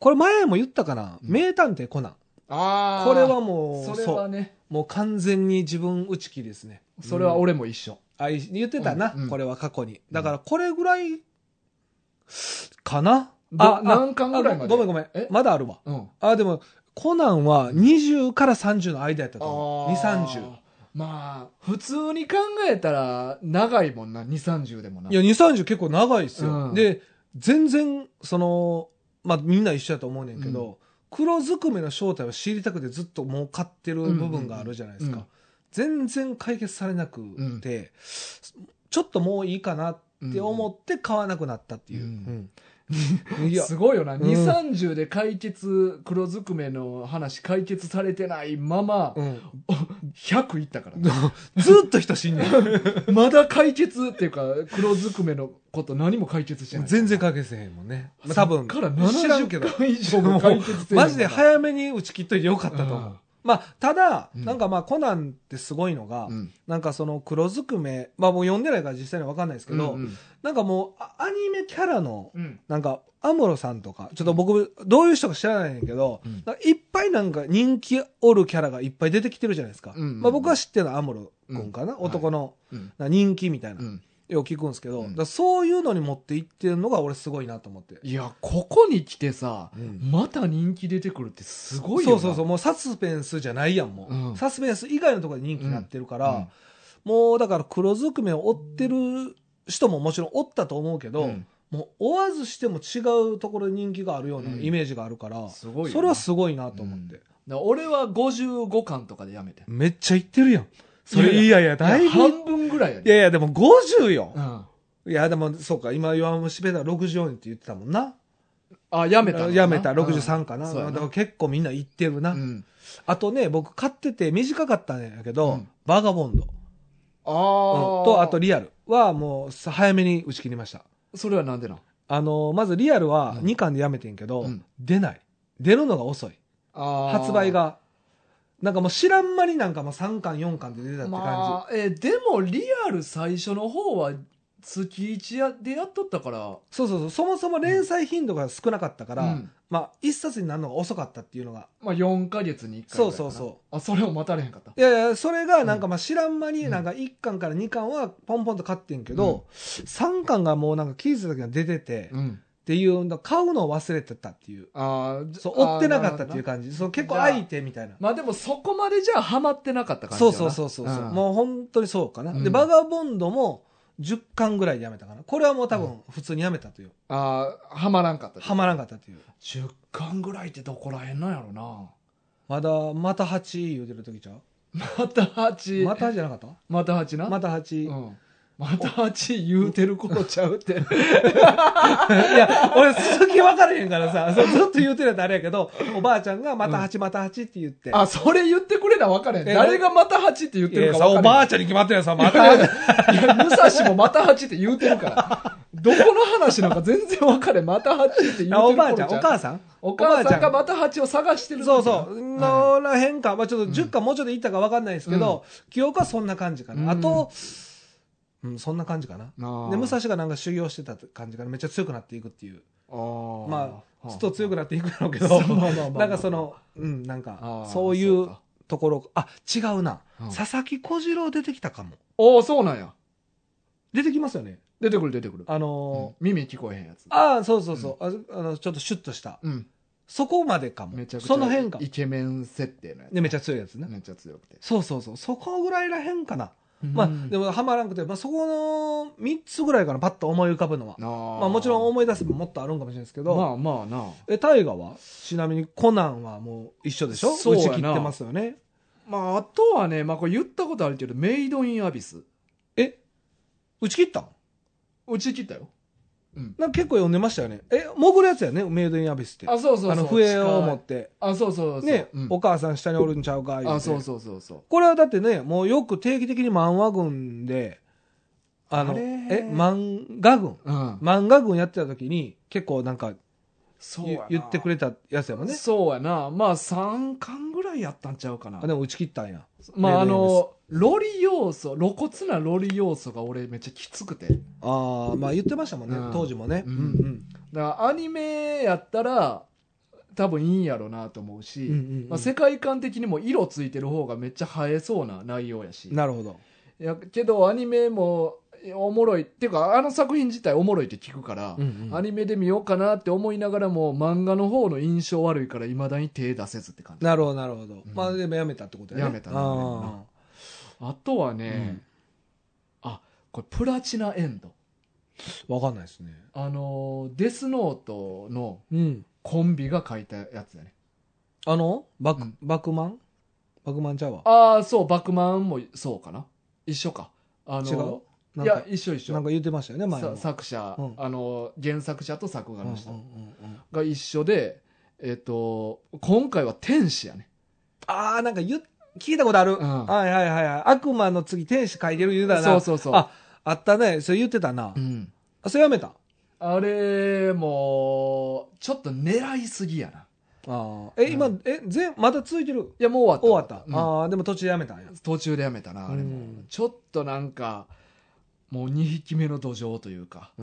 S2: これ前も言ったかな、
S1: うん
S2: 名探偵コナン
S1: あ
S2: これはもう
S1: それはね、
S2: もう完全に自分打ち切りですね。
S1: それは俺も一緒。
S2: あ、い言ってたな、
S1: うんうん
S2: これは過去に。だからこれぐらい、かな
S1: ど
S2: あ、
S1: 何巻ぐらいまで
S2: あごめんごめん
S1: え。
S2: まだあるわ。
S1: うん。
S2: あ、でも、コナンは20から30の間やったと思う。2、30。。
S1: まあ、普通に考えたら、長いもんな、2、30でもな。
S2: いや、2、30結構長いっすよ。
S1: うん
S2: で、全然、その、まあみんな一緒やと思うねんけど、
S1: う
S2: 黒ずくめの正体を知りたくてずっともう買ってる部分があるじゃないですか。
S1: うんうん
S2: 全然解決されなくて、ちょっともういいかなって思って買わなくなったっていう。
S1: うん
S2: うんいや、
S1: すごいよな、
S2: ん
S1: 2、30で解決、黒ずくめの話解決されてないまま、
S2: うん
S1: 100いったからね、
S2: ずっと人死んでる。
S1: まだ解決っていうか、黒ずくめのこと何も解決してない。
S2: 全然解決せへんもん ね。まあ、多分、
S1: そっから
S2: 知らんけど
S1: 70回以上も解決せえへん
S2: マジで早めに打ち切っといてよかったと思う。
S1: うん
S2: まあ、ただ、
S1: うん
S2: なんかまあ、コナンってすごいのが、
S1: うん
S2: なんかその黒ずくめ、まあもう読んでないから実際には分かんないですけど、
S1: うん
S2: なんかもうあアニメキャラの、
S1: うん
S2: なんか、アムロさんとか、ちょっと僕、どういう人か知らないんやけど、
S1: うん
S2: なんかいっぱいなんか人気おるキャラがいっぱい出てきてるじゃないですか。
S1: うんうん
S2: まあ僕は知ってるのはアムロ君かな、
S1: うん
S2: 男の、
S1: うん
S2: な人気みたいな、
S1: うん
S2: よう聞くんですけど、
S1: うん
S2: だからそういうのに持っていってるのが俺すごいなと思って。
S1: いやここに来てさ
S2: うん
S1: また人気出てくるってすごいよ
S2: そ
S1: な
S2: うそうそう、もうサスペンスじゃないやん、もう。
S1: うん
S2: サスペンス以外のところで人気になってるから、
S1: うん
S2: もうだから黒ずくめを追ってる人ももちろんおったと思うけど、
S1: うん
S2: もう追わずしても違うところに人気があるような
S1: うん
S2: イメージがあるから、
S1: すごいよな
S2: それはすごいなと思って、
S1: だから俺は55巻とかでやめて
S2: めっちゃ言ってるやんそれ
S1: い
S2: いやいやだいぶい
S1: 半分ぐらいやで
S2: やいやでも50よ、
S1: うん
S2: いやでもそうか今弱虫ペダル64って言ってたもんな
S1: あやめたのかな
S2: やめた63かな,、
S1: うんそうや
S2: だから結構みんな言ってるな、
S1: うん
S2: あとね僕買ってて短かったんやけど、
S1: うん
S2: バガボンド、
S1: あ
S2: うん
S1: ー
S2: とあとリアルはもう早めに打ち切りました
S1: それはなんでなん
S2: あのまずリアルは
S1: うん
S2: 2巻でやめてんけど、
S1: うん
S2: 出ない出るのが遅い発
S1: 発
S2: 売がなんかもう知らん間になんかもう3巻4巻で出たって感じ、
S1: まあ、えーでもリアル最初の方は月1やでやっとったから
S2: そうそうそうそもそも連載頻度が少なかったから、
S1: うん
S2: まあ1冊になるのが遅かったっていうのが
S1: まあ4か月に1回
S2: そうそうそう
S1: あそれを待たれへんかった
S2: いやいやそれがなんかまあ知らん間になんか1巻から2巻はポンポンと買ってんけど、3巻がもうなんか気づいた時に出てて、っ
S1: ん
S2: ていうの買うのを忘れてたっていう
S1: あー
S2: そう
S1: あー
S2: 追ってなかったってい
S1: なるほどな
S2: う感じそう結構空いてみたいな
S1: まあでもそこまでじゃあハマってなかった感じ
S2: そう
S1: よな
S2: そうそうそうそう、
S1: ん
S2: もう本当にそうかな、
S1: うん
S2: でバガボンドも10巻ぐらいでやめたかなこれはもう多分普通にやめたという、
S1: あーハマらんかった
S2: はまらんかったという
S1: 10巻ぐらいってどこらへんなんやろな
S2: まだまた8言うてる時ちゃう
S1: また8
S2: またじゃなかった
S1: また8な
S2: また8、
S1: うんまた8言うてる頃ちゃうって
S2: いや俺続き分からへんからさ そうずっと言うてるやつあれやけどおばあちゃんがまた8また8って言っ て、
S1: あそれ言ってくれな分からへん
S2: え
S1: 誰がまた8って言って
S2: いや
S1: るか分か
S2: さ
S1: らへん
S2: おばあちゃんに決まってるやんさまた
S1: いや、武蔵もまた八って言うてるから。どこの話なんか全然分かれん。また八って言うてる
S2: あおばあちゃんお母
S1: ん。
S2: さん
S1: お母さんが
S2: おばあ
S1: また八を探して
S2: ちゃ
S1: る
S2: ん
S1: 時
S2: そうそう、
S1: は
S2: のらへんか、まあ、ちょっと10巻もうちょっといったか分かんないですけど、記憶はそんな感じかな、
S1: うん
S2: あと、うん、そんな感じかない
S1: なあ
S2: で武蔵がなんか修行してた感じからめっちゃ強くなっていくっていう
S1: あー
S2: まあ
S1: は
S2: ずっと強くなっていくんだろうけ
S1: そ
S2: ど
S1: うまあまあまあまあ
S2: なんかそのうんなん
S1: あ
S2: か
S1: ー
S2: そうい
S1: そう
S2: う
S1: か
S2: ところあ違うな、
S1: うん
S2: 佐々木小次郎出てきたかも
S1: おおそうなんや。
S2: 出てきますよね
S1: 出てくる出てくる。
S2: あ
S1: うん
S2: の
S1: 耳聞こえへんやつ
S2: ー。ああそうそうそう、ああのちょっとシュッとした
S1: うん。
S2: そこまでかも
S1: めちゃくちゃ。
S2: その辺か
S1: イケメン設定のやつ。
S2: でめちゃ強いやつね、
S1: めっちゃ強くて。
S2: そうそうそうそこぐらいらへんかな、まあで
S1: も、
S2: もはまらんくて、まあ、そこの3つぐらいかなパッと思い浮かぶのはま
S1: ま
S2: あもちろん思い出せばもっとあるんかもしれないですけど、
S1: まあまあなあ。
S2: え、大河はちなみにコナンはもう一緒でしょ
S1: そう
S2: 打
S1: や
S2: ち
S1: な
S2: 切ってますよね。
S1: まああとはね、まあこれ言ったことあるけど、メイドインアビス。
S2: え打ち切ったん
S1: 打ち切ったよ。
S2: なんか結構読んでましたよね。え、潜るやつやねメイドインアビスって。
S1: あ、そうそうそう。
S2: あの笛を
S1: 近
S2: 持
S1: い
S2: って。
S1: あ、そうそうそう。
S2: ね、
S1: うん
S2: お母さん下におるんちゃうか言て
S1: あ、そうそうそうそう。
S2: これはだってね、もうよく定期的に漫画軍で、あの、
S1: あれ
S2: え、漫画軍
S1: うん。
S2: 漫画軍やってた時に結構なんか
S1: そ
S2: ゆ言ってく
S1: れ
S2: れたやつやもんね。
S1: そうやな。まあ、3巻ぐらいやったんちゃうかな
S2: あ、。でも打ち切ったんや。
S1: まあ、あ
S2: メイドインアビ
S1: の、ロリ要素、露骨なロリ要素が俺めっちゃきつくて。
S2: ああ、まあ言ってましたもんね、
S1: うん
S2: 当時もね。
S1: うん
S2: うん
S1: だからアニメやったら、多分いいんやろうなと思うし、
S2: うんうんうん
S1: まあ、世界観的にも色ついてる方がめっちゃ映えそうな内容やし。
S2: なるほど。
S1: やけど、アニメもおもろい。っていうか、あの作品自体おもろいって聞くから、
S2: うんうん
S1: アニメで見ようかなって思いながらも漫画の方の印象悪いからいまだに手出せずって感じ
S2: なるほどなるほど、
S1: うん
S2: まあでもやめたってことやね
S1: やめたね
S2: あ
S1: あとは
S2: ー
S1: ね、あこれプラチナエンド
S2: うんわかんないですね
S1: あのーデスノートの
S2: うん
S1: コンビが書いたやつだね
S2: あのバク、
S1: うん
S2: バクマンバクマンちゃうわ
S1: ああそうバクマンもそうかな一緒かあの
S2: 違うないん
S1: や
S2: か
S1: 一緒一
S2: なん
S1: 緒
S2: か言ってましたよね前
S1: さ
S2: も
S1: 作者、
S2: うん
S1: あのー原作者と作
S2: う
S1: 画
S2: んうん
S1: の
S2: うん
S1: 人
S2: うん
S1: が一緒で、えっと今回は天使やね
S2: ああなんか言っ聞いたことある、
S1: ん
S2: はいはいはいはい悪魔の次天使書いてる言うだな
S1: そうそうそう
S2: ああったねそれ言ってたな、
S1: うん
S2: あそれやめた
S1: あれもちょっと狙いすぎやな
S2: ああえ、今
S1: う
S2: え全まだ続いてる
S1: いやもう終
S2: 終
S1: わ
S2: わ
S1: っ
S2: ったた、
S1: うん
S2: ああでも途中でやめたんや
S1: 途中でやめたなあれも、
S2: うん
S1: ちょっとなんかもう2匹目の土壌というか
S2: ああ、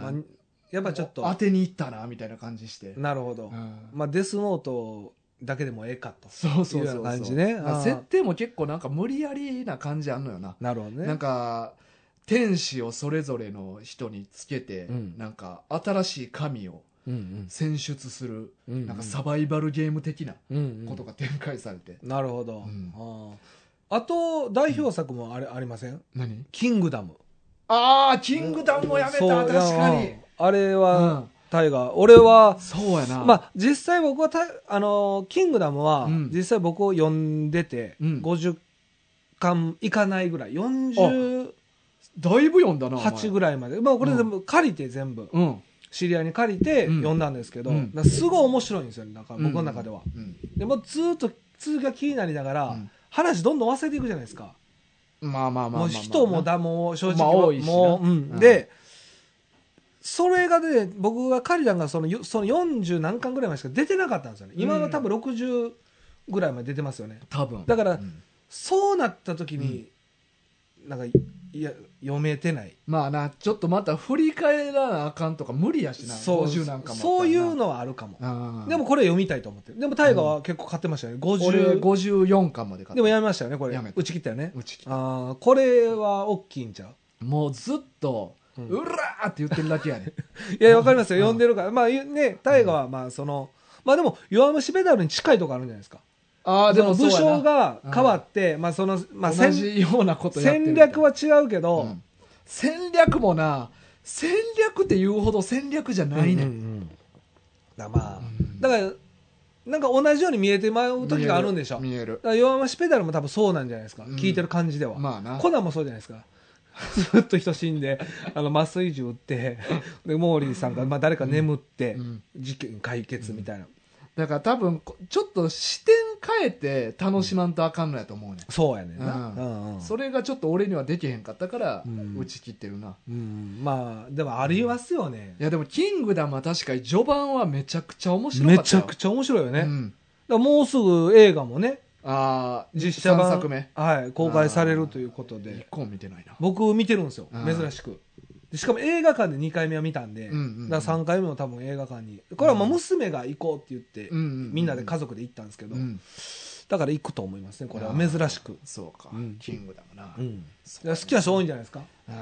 S2: まあ
S1: う、
S2: やっぱちょっと
S1: 当てにいったなみたいな感じして、
S2: なるほど、
S1: うん
S2: まあ、デスノートだけでもええかと
S1: そうそうそうそう
S2: いうような感じね
S1: なんか
S2: あー
S1: 設定も結構なんか無理やりな感じあんのよな、
S2: なるほどね
S1: なんか天使をそれぞれの人につけて、
S2: うん
S1: なんか新しい神を
S2: うん
S1: 選出する、
S2: うんうん
S1: なんかサバイバルゲーム的な
S2: うんうん
S1: ことが展開されて、
S2: なるほど、
S1: うん
S2: あああと代表作もあれ、ありません
S1: 何
S2: 「キングダム
S1: ああキングダム」もやめた、
S2: そう
S1: 確か
S2: いや
S1: に
S2: うんあれ
S1: う
S2: は、
S1: ん
S2: タイガー俺は
S1: そうやな
S2: まあ実際僕はタイあのーキングダム」は、
S1: うん
S2: 実際僕を読んでて、
S1: うん
S2: 50巻いかないぐらい48
S1: だいぶ読んだなお前
S2: ぐらいまでまあこれ全部借りて全部、
S1: うん
S2: 知り合いに借りて
S1: うん
S2: 読んだんですけど、
S1: うん
S2: だからすごい面白いんですよねだから僕の中では、
S1: うん
S2: でもずーっと続きが気になりながら、
S1: うん
S2: 話どんどん忘れていくじゃないですか、
S1: まあまあまあまあまあ
S2: もう人もだもう正直
S1: まあ
S2: もう
S1: 多いしな
S2: もう、う
S1: うん
S2: ん、でそれがね僕がカリランがそのよその40何巻ぐらいまでしか出てなかったんですよね今は多分60ぐらいまで出てますよね、
S1: 多分
S2: だから
S1: うん
S2: そうなった時に、なんかいや読めてない
S1: まあなちょっとまた振り返らなあかんとか無理やしな
S2: そう
S1: 50なんかもあったらな
S2: そういうのはあるかも、
S1: あー
S2: でもこれ読みたいと思ってるでも大河は結構買ってましたよね、
S1: 俺
S2: 50
S1: 54巻まで買った
S2: でもやめましたよねこれ
S1: やめた
S2: 打ち切ったよね
S1: うち来た
S2: ああこれは大きいんちゃう
S1: もうずっと
S2: う
S1: うんらーって言ってるだけ やね
S2: いや、わかります
S1: う
S2: よ。
S1: ん
S2: 読んでるから。まあ、ね、大河は、まあ、その、まあでも、弱虫ペダルに近いとこあるんじゃないですか。
S1: ああでも
S2: その武
S1: そうやな
S2: 将が変わって、まあ、その、まあ、
S1: 同
S2: 戦
S1: じようなことやってる
S2: 戦略は違うけ
S1: う
S2: ど、
S1: ん戦略もな戦略って言うほど戦略じゃないね
S2: うんんうんうんだからまあ、
S1: うん
S2: だから、なんか同じように見えてまう時があるんでしょ。だ
S1: 見える
S2: から弱虫ペダルも多分そうなんじゃないですか。
S1: うん
S2: 聞いてる感じでは。
S1: まあな
S2: コナンもそうじゃないですか。 ずっと人死んで、あの、麻酔銃撃って、で、モーリーさんが、まあ、誰か眠って
S1: うんうん、
S2: 事件解決みたいな。
S1: だから多分こちょっと視点変えて楽しまんとあかんのやと思うね、
S2: そうやねんな。
S1: うん
S2: うんうん
S1: ん、それがちょっと俺にはできへんかったから
S2: うん
S1: 打ち切ってるな、
S2: うん、まあでもありますよね
S1: い、やでも「キングダム」は確かに序盤はめちゃくちゃ面白か
S2: め
S1: った
S2: ち
S1: よ
S2: ゃくちゃ面白いよね、
S1: う
S2: だか
S1: ん、
S2: らもうすぐ映画もね
S1: ああ
S2: 実写版
S1: 3作目
S2: はい、公開されるということ
S1: 一
S2: で
S1: 個も見てないな
S2: 僕見てるんですよ
S1: あー
S2: 珍しくでしかも映画館で2回目は見たんで、
S1: うんうんうん
S2: だから3回目も多分映画館にこれはまあ娘が行こうって言って、
S1: うんうんうんうん
S2: みんなで家族で行ったんですけど、
S1: うん
S2: だから行くと思いますねこれは
S1: あー
S2: 珍しく、
S1: そうか、
S2: うん
S1: キングダムな、
S2: うん、
S1: そ
S2: だから好きな人多いんじゃないですか
S1: あ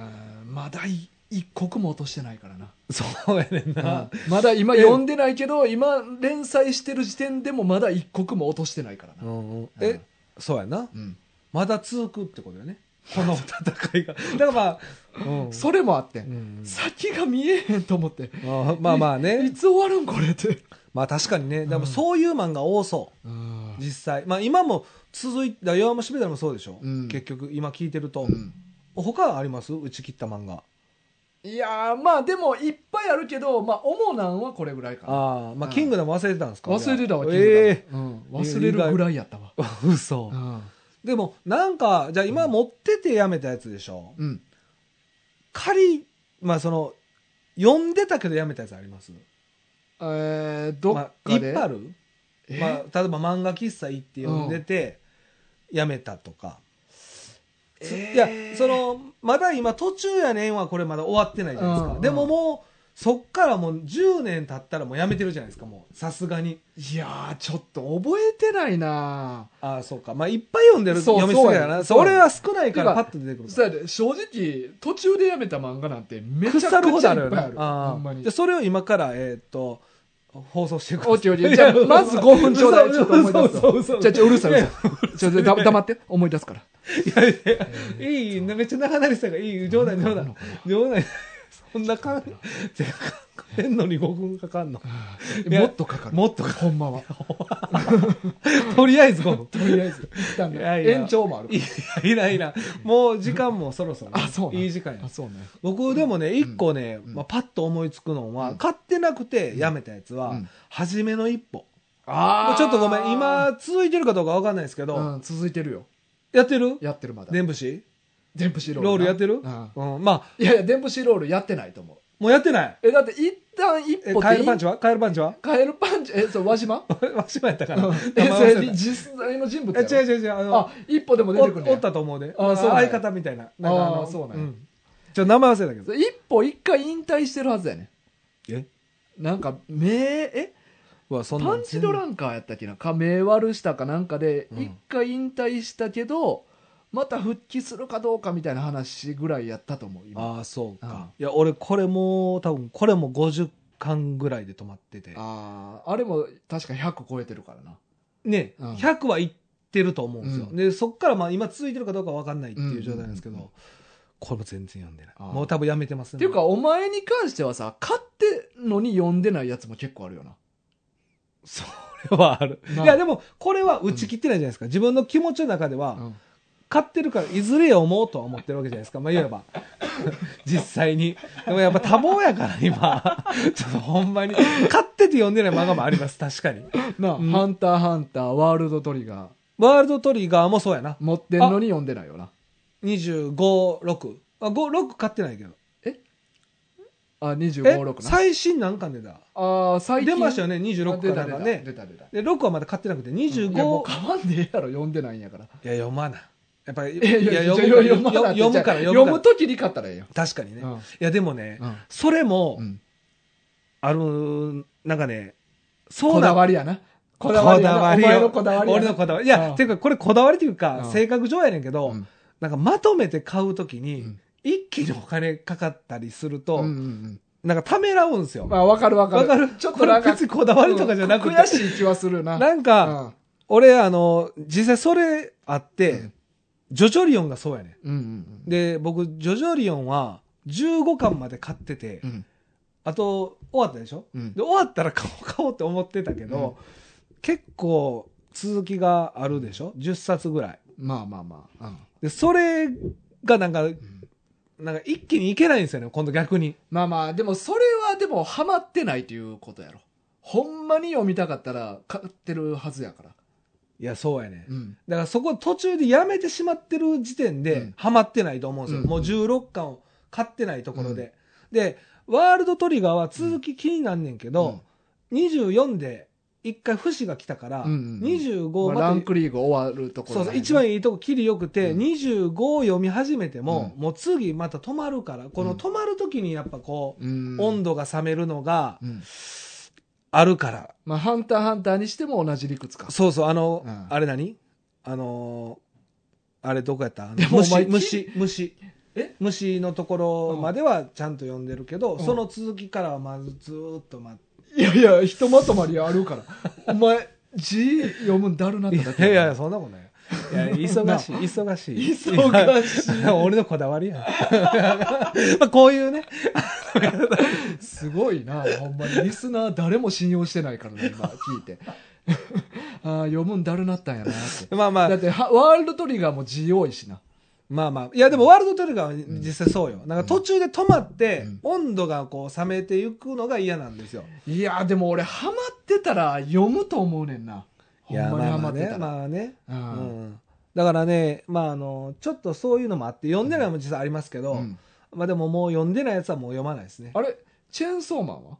S1: ーまだい一刻も落としてないからな、
S2: そうやねんな
S1: うんまだ今
S2: ええ
S1: 読んでないけど今連載してる時点でもまだ一刻も落としてないから
S2: う
S1: な、
S2: んうん、えそうやな
S1: うん、
S2: まだ続くってこと よねこの戦いがだからまあ、うん
S1: それもあって、
S2: うん
S1: 先が見えへんと思って
S2: あーまあまあ
S1: い
S2: ね。
S1: つ終わるんこれって
S2: まあ確かにね。でもそういう漫画多そう。
S1: うん
S2: 実際。まあ今も続いた、弱虫ペダルもそうでしょ。
S1: うん
S2: 結局、今聞いてると。他あります打ち切った漫画。
S1: いやーまあでもいっぱいあるけどまあ主なんはこれぐらいかな
S2: ああ、まあ
S1: うん
S2: キングダム忘れてたんですか
S1: 忘れてたわキングダム
S2: え
S1: うん忘れるぐらいやったわ
S2: え 嘘。でもなんか、じゃあ今持っててやめたやつでしょ。
S1: うん
S2: 仮、まあその、読んでたけどやめたやつあります
S1: えーどっ
S2: まあ、い
S1: か
S2: っぱ
S1: で
S2: いある
S1: え
S2: まあ、例えば漫画喫茶行って読んでて、やめたとか、
S1: え
S2: そ
S1: ー
S2: いやそのまだ今途中やねんはこれまだ終わってないじゃないですか、
S1: うんうん
S2: でももうそっからもう10年経ったらもうやめてるじゃないですかもうさすがに
S1: いやーちょっと覚えてないな
S2: ああそうかまあいっぱい読んでる
S1: そう
S2: 読みすぎやな
S1: そう
S2: そ
S1: や
S2: れは少ないから
S1: て
S2: パ
S1: か
S2: ッと出てくる
S1: そうやで正直途中でやめた漫画なんてめちゃくちゃ
S2: 腐るほどある
S1: いっ
S2: よ
S1: ぱ
S2: ね
S1: いある
S2: ああ
S1: ほんまに
S2: じゃあそれを今からえーっと放送してください
S1: オッケーオッケーじゃあまず5分ちょうだいちょっと思い出す
S2: そうそうそう
S1: じゃあちょうるさいう
S2: い
S1: る
S2: や
S1: さいちょっとだ黙って思い出すから
S2: いやいや、 いい、めっちゃ仲成さんがいい、冗談、冗談、冗談、そんなかん、てか考えんのに5分かかんの。いや
S1: もっとかかる
S2: もっとか
S1: ほんまは
S2: とりあえず5分。
S1: とりあえず一旦ね
S2: いやいや
S1: 延長もある
S2: いやいないいな。もう時間もそろそろ。
S1: あそうなん
S2: いい時間や
S1: あ。そうね
S2: 僕でもね、一個ね、
S1: うん
S2: まあ、パッと思いつくのは、
S1: うん
S2: 買ってなくてやめたやつは、
S1: うん
S2: 初めの一歩。
S1: あ
S2: ちょっとごめん、今続いてるかどうかわかんないですけど、
S1: うん、続いてるよ
S2: やってる
S1: やってるまだ
S2: 念仏師
S1: 電プシロール
S2: ロールやってる
S1: うん
S2: うん、まあ、
S1: いやいや電プシロールやってないと思う
S2: もうやってない
S1: え、だって一旦一
S2: え
S1: 歩
S2: カエルパン
S1: チ。
S2: チはカエルパンチは
S1: カエルパンチ、え、そう、輪島
S2: わしもやったから。
S1: え、
S2: 名
S1: そ
S2: 前忘
S1: れ
S2: れた
S1: 実際の人物やろ
S2: え違う違う違う。あの
S1: あ、一歩でも出てくる
S2: お
S1: ね
S2: おっ。たと思うで。
S1: あそうなんや
S2: 相方みたいな。なんかあの
S1: あそうなんや
S2: んちょ、名前忘れたけど。
S1: 一歩一回引退してるはずやね。
S2: え
S1: なんか、目、え、
S2: うわ、そんな
S1: パンチドランカーやったっけなか目悪したかなんかで
S2: うん
S1: 一回引退したけど、また復帰するかどうかみたいな話ぐらいやったと思う今
S2: ああ、そう
S1: うん
S2: か。いや、俺、これも、多分これも50巻ぐらいで止まってて。
S1: あーあれも確か100超えてるからな
S2: ね、
S1: うん
S2: 100はいってると思うんですよ。
S1: うん
S2: で、そっから、まあ、今続いてるかどうかわかんないっていう状態なんですけ
S1: うんうんうん
S2: ど、これも全然読んでない。
S1: あー
S2: もう多分やめてます
S1: っ
S2: ね。
S1: ていう か、お前に関してはさ買ってんのに読んでないやつも結構あるよな
S2: それはある。
S1: ない
S2: や、でも、これは打ち切ってないじゃないですか。自分の気持ちの中では、買ってるからいずれ読もうとは思ってるわけじゃないですか、まあ、い わば実際にでもやっぱ多忙やから今 ちょっとほんまに買ってて読んでない漫画もあります確かに
S1: なあ
S2: うん
S1: ハンターハンター」「ワールドトリガー
S2: ワールドトリガーもそうやな」
S1: 持ってんのに読んでないよな
S2: 256あ56買ってないけど
S1: あ
S2: え
S1: 256な
S2: 最新何巻出た
S1: あー最近
S2: 出ましたよ
S1: ね
S2: ね26
S1: 出た
S2: 巻
S1: 出
S2: が
S1: た
S2: ね
S1: 出た出た
S2: で6はまだ買ってなくて25、
S1: いやもう
S2: い
S1: 買わんでええやろ読んでないんやから
S2: や読まないやっぱり
S1: いやいや読む
S2: 読む
S1: 読む
S2: から読むから
S1: 読
S2: 読む
S1: む
S2: か
S1: 時に買ったらええよ
S2: ら確かにね、
S1: う
S2: い
S1: ん
S2: やでもね、
S1: うん
S2: それも、
S1: うん
S2: あのなんかねそ
S1: こ
S2: うな
S1: だわりやな
S2: こだわり
S1: やなお
S2: よ
S1: 前のこだわりや
S2: 俺
S1: な
S2: のこだわり。いや、
S1: うん
S2: ていうか、これこだわりというか、
S1: うん
S2: 性格上やねんけど、
S1: うん
S2: なんかまとめて買うとき
S1: う
S2: に
S1: ん、
S2: 一気にお金かかったりすると、
S1: うんうんうん
S2: なんかためらうんですよ。
S1: まあわかるわか
S2: わ
S1: る
S2: かる
S1: ちょっとなん
S2: こ
S1: か
S2: れ別にこだわりとかじゃな
S1: う
S2: くて
S1: ん悔しい気はするな
S2: なんか、俺、あの、実際それあって、
S1: うん
S2: ジョジョリオンがそうやね
S1: うんうん
S2: ん。で、僕、ジョジョリオンは、15巻まで買ってて、
S1: うん
S2: あと、終わったでしょ
S1: うん
S2: で、終わったら買おう買おうって思ってたけど、結構、続きがあるでしょ ?10 冊ぐらい。
S1: まあまあまあうん
S2: で、それがなんか、なんか一気にいけないんですよね、今度逆に。
S1: まあまあでもそれはでもハマってないということやろほんまに読みたかったら買ってるはずやから
S2: いや、そうやね。
S1: うん
S2: だからそこ途中でやめてしまってる時点で、
S1: うん
S2: ハマってないと思うんですよ。
S1: うん
S2: もう16巻を買ってないところで。で、ワールドトリガーは続き気になんねんけど、24で一回節が来たか
S1: う
S2: ら、
S1: んうんうん
S2: 25
S1: まあラ
S2: ま
S1: ン
S2: で、
S1: クリーグ終わるとこ
S2: そ
S1: ろ
S2: う
S1: な
S2: そ
S1: んやな
S2: う、一番いいとこ切りよくて、
S1: うん
S2: 25を読み始めても、
S1: う
S2: もう次また止まるから、この止まる時にやっぱこ
S1: うん
S2: う、温度が冷めるのが
S1: うん
S2: あるから、
S1: まあハンターハンターにしても同じ理屈か
S2: そうそう、あの、
S1: うん
S2: あれ何あのーあれどこやったあの
S1: でもお前
S2: 虫、
S1: き
S2: 虫、虫。
S1: え
S2: 虫のところまではちゃんと読んでるけど、
S1: うん
S2: その続きからはまずずーっと待っ
S1: いやいや、ひとまとまりあるから。お前、字読むんだるなってだ
S2: て。
S1: け。
S2: いやいや、そんなことないよ。いや、忙 しい、忙しい。
S1: 忙し
S2: いや。 俺のこだわりやん。まあこういうね。
S1: すごいな、ほんまに。リスナー誰も信用してないからね、今、聞いて。 ああ、読むんだるなったんやなって。
S2: まあま
S1: だ
S2: あ
S1: っ、ては、ワールドトリガーも字多いしな。
S2: まあまあ。いや、でもワールドトリガーは実際そうよ。なんか途中で止まって、
S1: うん
S2: 温度がこう冷めていくのが嫌なんですよ。
S1: いや、でも俺、ハマってたら読むと思うねんな。ほ
S2: い
S1: ん
S2: や、
S1: まに
S2: まあ
S1: ハ
S2: ま
S1: マ
S2: あ
S1: って
S2: ね
S1: た、ら。
S2: まあね。
S1: うん
S2: うんだからね、まあ、あのちょっとそういうのもあって読んでないのも実際ありますけど、
S1: うん
S2: まあ、でももう読んでないやつはもう読まないですね
S1: あれ、チェーンソーマンは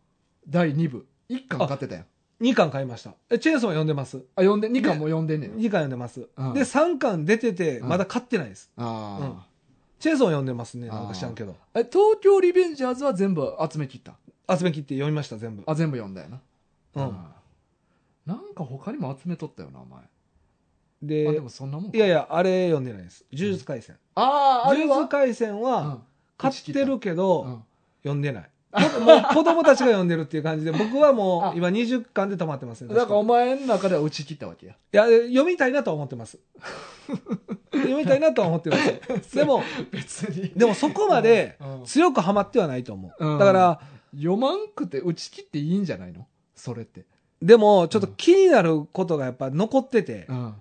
S1: 第2部。1巻買ってたやん。あ、
S2: 2巻買いましたえチェーンソーは読んでます
S1: 読んで、2巻も読んでんねん。
S2: 2巻読んでます、
S1: うん
S2: で3巻出てて
S1: うん
S2: まだ買ってないです、
S1: ああ。
S2: うんチェーンソーは読んでますね
S1: あー
S2: なんか知らんけど
S1: え東京リベンジャーズは全部集め切った
S2: 集め切って読みました全部
S1: あ全部読んだよな
S2: うん、
S1: なんか他にも集めとったよなお前、あで
S2: で
S1: もそんなもんか
S2: いやいやあれ読んでないです呪術廻戦
S1: あああれ
S2: 呪術
S1: は、
S2: 廻戦は買ってるけど、
S1: うん
S2: 読んでない僕もう子供たちが読んでるっていう感じ で僕はも
S1: あ
S2: う今20巻で止まってますね
S1: だ
S2: 確
S1: からお前の中では打ち切ったわけや
S2: いや、読みたいなとは思っ てます。読みたいなとは思ってます。でも、
S1: 別に
S2: でもそこまで
S1: うん
S2: 強くハマってはないと思う。
S1: うん
S2: だから、
S1: 読まんくて打ち切っていいんじゃないのそれって、
S2: でも、ちょっと気になることがやっぱ残ってて、だ
S1: ん
S2: か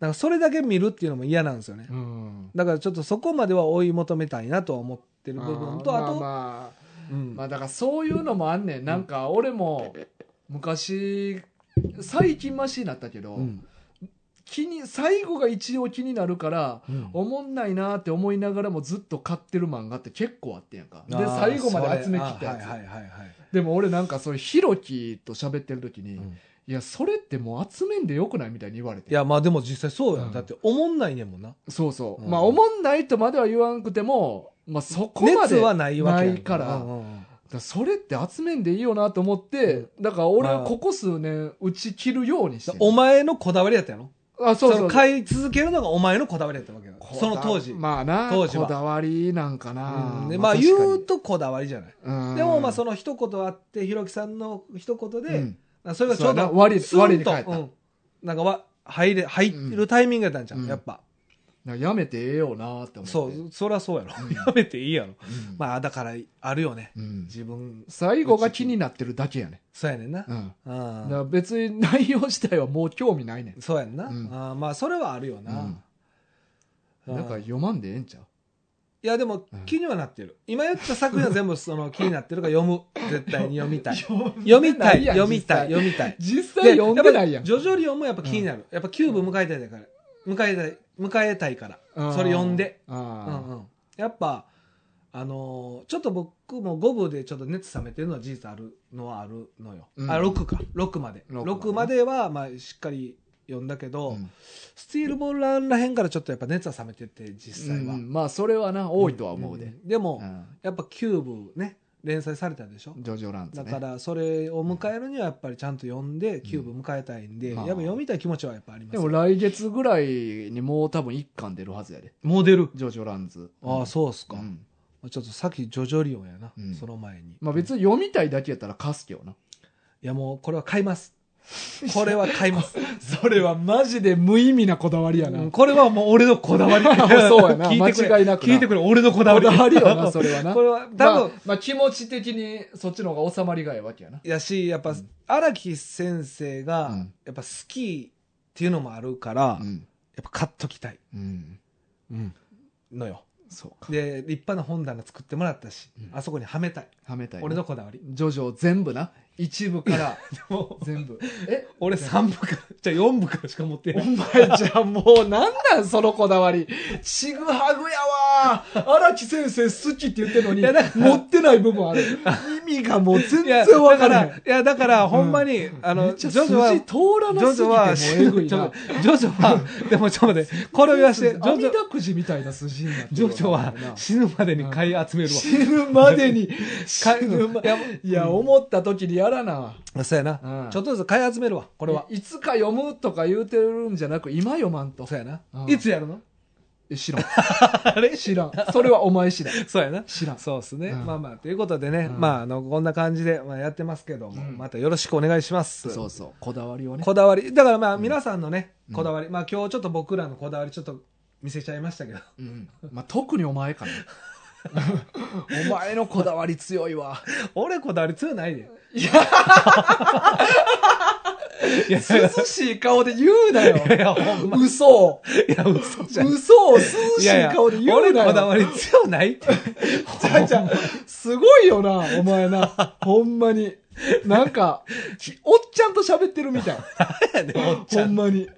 S2: らそれだけ見るっていうのも嫌なんですよね
S1: う。ん、
S2: だからちょっとそこまでは追い求めたいなとは思ってる部分と、
S1: あー
S2: あと、
S1: まあまあ
S2: うん
S1: まあだからそういうのもあんねんなんか俺も昔最近マシになったけど、
S2: うん
S1: 気に最後が一応気になるから、
S2: うん
S1: おもんないなーって思いながらもずっと買ってる漫画って結構あってんやんかで
S2: あー
S1: 最後まで集めきった
S2: それ
S1: や
S2: あ
S1: つ、
S2: はいはいはいはい
S1: でも俺なんかそういうヒロキと喋ってる時に、
S2: うん
S1: いやそれってもう集めんでよくないみたいに言われて
S2: いやまあでも実際そうや、
S1: うん
S2: ん、だっておもんないねんもんな
S1: そうそう、
S2: うん
S1: まあおもんないとまでは言わんくても、まあ、そこま
S2: 熱
S1: で
S2: はないわけやん
S1: ないから
S2: うんうんうん
S1: だからそれって集めんでいいよなと思って、だから俺はここ数年打ち切るようにしてる
S2: お前のこだわりやったやろ
S1: あそうそう
S2: の買い続けるのがお前のこだわりやったわけや
S1: こだ
S2: その当時、
S1: まあな
S2: 当時は
S1: こだわりなんかな、
S2: うんでまあ言うとこだわりじゃない、でもまあそ
S1: の
S2: の一言あってひろきさんの一言
S1: で、
S2: で、
S1: うん
S2: それがちょ
S1: そ
S2: う
S1: うやな
S2: ど
S1: 割り
S2: スンと
S1: 割りに返った
S2: うんなんかわ入れ入るタイミングやったんじゃん、
S1: うん
S2: やっぱ、
S1: なんかやめてええよなって思って
S2: そうそりゃそうやろ、
S1: うん
S2: やめていいや
S1: う
S2: ろ
S1: ん
S2: まあだからあるよね
S1: うん
S2: 自分
S1: 最後が気になってるだけやね、
S2: そうやねんな
S1: う、ん、
S2: うん
S1: だから別に内容自体はもう興味ないねん
S2: そうやんな、
S1: うん
S2: あーまあそれはあるよな、
S1: うん、なんか
S2: うんい
S1: 読まんでええんちゃう
S2: やでも
S1: うん
S2: 気にはなってる、今言った作品は全部その気になって るから読む絶対に読みたい読
S1: 読
S2: みたい読みたい
S1: い
S2: 読みたい
S1: 実際読んでないやん
S2: 徐々に読むやっぱ気になる、やっぱ9部迎えたいから迎えたい迎えたいから、それ読んで、うん
S1: あ
S2: うん、やっぱあのーちょっと僕も5部でちょっと熱冷めてるのは事実あるのはあるのよ、
S1: うん
S2: あ6か6まで
S1: 六までね
S2: 6まではまあしっかり読んだけ
S1: あ
S2: ど、
S1: うん
S2: スティールボールランらへんからちょっとやっぱ熱は冷めてて実際は、
S1: うんまあそれはな多いとは思うで、
S2: んでも、
S1: うん
S2: やっぱキューブね連載されたでしょ
S1: ジョジョランズ
S2: だ
S1: ね
S2: からそれを迎えるにはやっぱりちゃんと読んでキューブ迎えたいんで、
S1: まあ
S2: やっぱ読みたい気持ちはやっぱあります
S1: で
S2: よ
S1: も来月ぐらいにもう多分1巻出るはずやで
S2: モデル
S1: ジョジョランズ
S2: ああそうっす
S1: う
S2: か、
S1: ん
S2: ちょっとさっきジョジョリオンやな、
S1: うん
S2: その前に
S1: まあ別に読みたいだけやったら貸すけどな
S2: いやもうこれは買いますこれは買います、
S1: それはマジで無意味なこだわりやな、
S2: うんこれはもう俺のこだわり
S1: そうやな
S2: 聞いてくれ
S1: 間違いなくな
S2: 聞いてくれ俺のこだわ
S1: こ
S2: り
S1: だわりよなそれはな
S2: これは多分、
S1: まあ、まあ気持ち的にそっちの方が収まりがいいわけやな
S2: やしやっ
S1: う
S2: ぱ
S1: ん
S2: 荒、木先生が、
S1: うん
S2: やっぱ好きっていうのもあるから、やっ
S1: ん、
S2: ぱ買っときたい
S1: うん、
S2: のよ
S1: そうか
S2: で立派な本棚作ってもらったし、
S1: うん
S2: あそこにはめたい
S1: はめたいな
S2: 俺のこだわり
S1: ジョジョ全部な一部 から
S2: もう
S1: 全部え
S2: 俺3部からじゃあ4部からしか持って
S1: お
S2: ない
S1: 前じゃもうなんなんそのこだわり。ちぐはぐやわ荒木先生好きって言ってるのに
S2: いやだか、ら
S1: 持ってない部 分ある。意味がもう全
S2: いや
S1: 然わか
S2: だから
S1: へ
S2: ら
S1: ん
S2: い。やだからほんまに、あ
S1: めっ
S2: の
S1: ち
S2: ジ
S1: ゃ
S2: ョジョは
S1: 筋
S2: ジ
S1: 通らな
S2: ョジョは
S1: すぎてもうえぐい
S2: ちょっ
S1: な
S2: と。ジョジョはでもちょっと待ってこれを言わしてジョジ
S1: ジ
S2: ョ
S1: ョくじみたいな筋になってる
S2: ジョジョは死ぬまでに買い集めるわ、
S1: 死ぬまでに、 死
S2: か
S1: ぬま
S2: いや
S1: いや、思った時にやらな。
S2: そうやな、
S1: うん
S2: ちょっとずつ買い集めるわこ
S1: こ
S2: れは、
S1: いつか読むとか言うてるんじゃなく、今読まんと。
S2: そうやな、
S1: うん
S2: いつやるの
S1: え知らん。
S2: あれ
S1: 知らん。それはお前次第。
S2: そうやな
S1: 知らん。
S2: そうですね、
S1: うん
S2: まあまあということでね、
S1: うん
S2: まああのこんな感じで、まあ、やってますけども、
S1: うん
S2: またよろしくお願いします
S1: そうそう。こだわりをね。
S2: こだわりだからまあ皆さんのね、
S1: うん
S2: こだわりまあ今日ちょっと僕らのこだわりちょっと見せちゃいましたけど
S1: うんまあ、特にお前かなお前のこだわり強い わ
S2: 俺こだわり強ないで
S1: いや
S2: いや
S1: 涼しい顔で言うな よ
S2: いやほんま
S1: 嘘
S2: いや嘘じゃん
S1: 嘘を涼
S2: い
S1: し
S2: やい
S1: い
S2: や
S1: 顔で言う
S2: 俺
S1: なよ
S2: こだわり強ないって
S1: ちゃうちゃうすごいよなお前なほんまになんかきおっちゃんと喋ってるみたい
S2: やね おっち
S1: ほ
S2: ゃん
S1: んまに
S2: い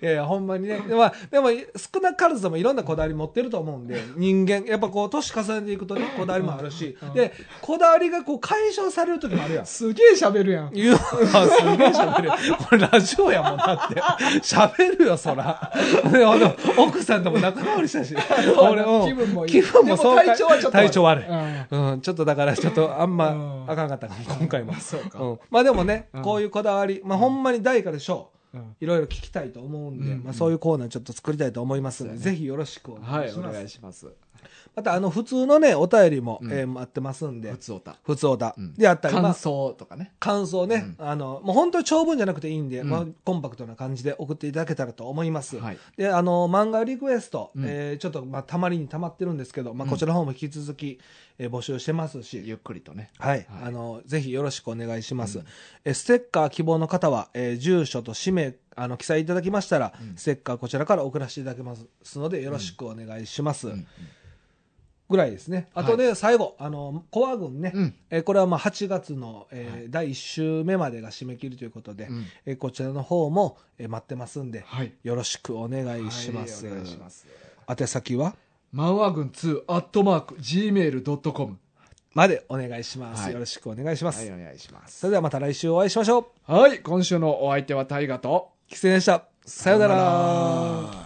S2: やいやほんまにね、まあ、でも少なからずともいろんなこだわり持ってると思うんで人間やっぱこう年重ねていくとねこだわりもあるし、
S1: うん
S2: でこだわりがこう解消される時もあるやん
S1: すげえ喋るやん
S2: 言うわ、すげえ喋るよ。これラジオやもんなって。喋るよ、そら。で、あの、奥さんとも仲直りしたし。俺
S1: 気分もいい
S2: 気分もそう
S1: でも体調はちょっと悪い
S2: 体調悪い。
S1: うん
S2: うん、ちょっとだから、ちょっとあん
S1: う
S2: ま、
S1: ん
S2: あかんかった、今回も。
S1: そうか
S2: うん。まあでもね
S1: うん、
S2: こういうこだわり、まあほんまに大から小、
S1: うん
S2: いろいろ聞きたいと思うんで、
S1: うん
S2: まあそういうコーナーちょっと作りたいと思いますので、
S1: そうや
S2: ぜひよろしくお
S1: は
S2: 願い
S1: い
S2: し
S1: お
S2: ます。
S1: 願いします
S2: また、あの、普通のね、お便りも、
S1: うん
S2: えー待ってますんで
S1: 普、通おた
S2: 普通おた
S1: うん
S2: であったり、まあ
S1: 感想とかね
S2: 感想ね、あの、もう本当に長文じゃなくていいんで、
S1: うん
S2: まあ、コンパクトな感じで送っていただけたらと思います。
S1: はい
S2: で、あの、漫画リクエスト、
S1: うん
S2: えーちょっと、まあ、たまりにたまってるんですけど、まあ、
S1: うん
S2: こちらの方も引き続き、えー募集してますし、
S1: ゆっくりとね
S2: はい、
S1: はい
S2: あの、ぜひよろしくお願いします。
S1: うん
S2: えーステッカー希望の方は、えー住所と氏名、あの、記載いただきましたら、
S1: うん
S2: ステッカーこちらから送らせていただけますので、よろしくお願いします。
S1: うん
S2: ぐらいですね。あとね、最後、あの、コア軍ね、
S1: うん
S2: えーこれはまあ8月の、えー
S1: は
S2: 第1週目までが締め切りということで、
S1: うん
S2: えーこちらの方も、えー待ってますんで、
S1: はい
S2: よろしくお願いします。
S1: はいお願いします
S2: 宛先は
S1: マンワ軍2アットマーク Gmail.com
S2: までお願いします。
S1: はい
S2: よろしくお願いします、
S1: お願いしま
S2: それではまた来週お会いしましょう。
S1: はい今週のお相手は大ガと
S2: キツネでした。さような
S1: さ
S2: ら。
S1: ら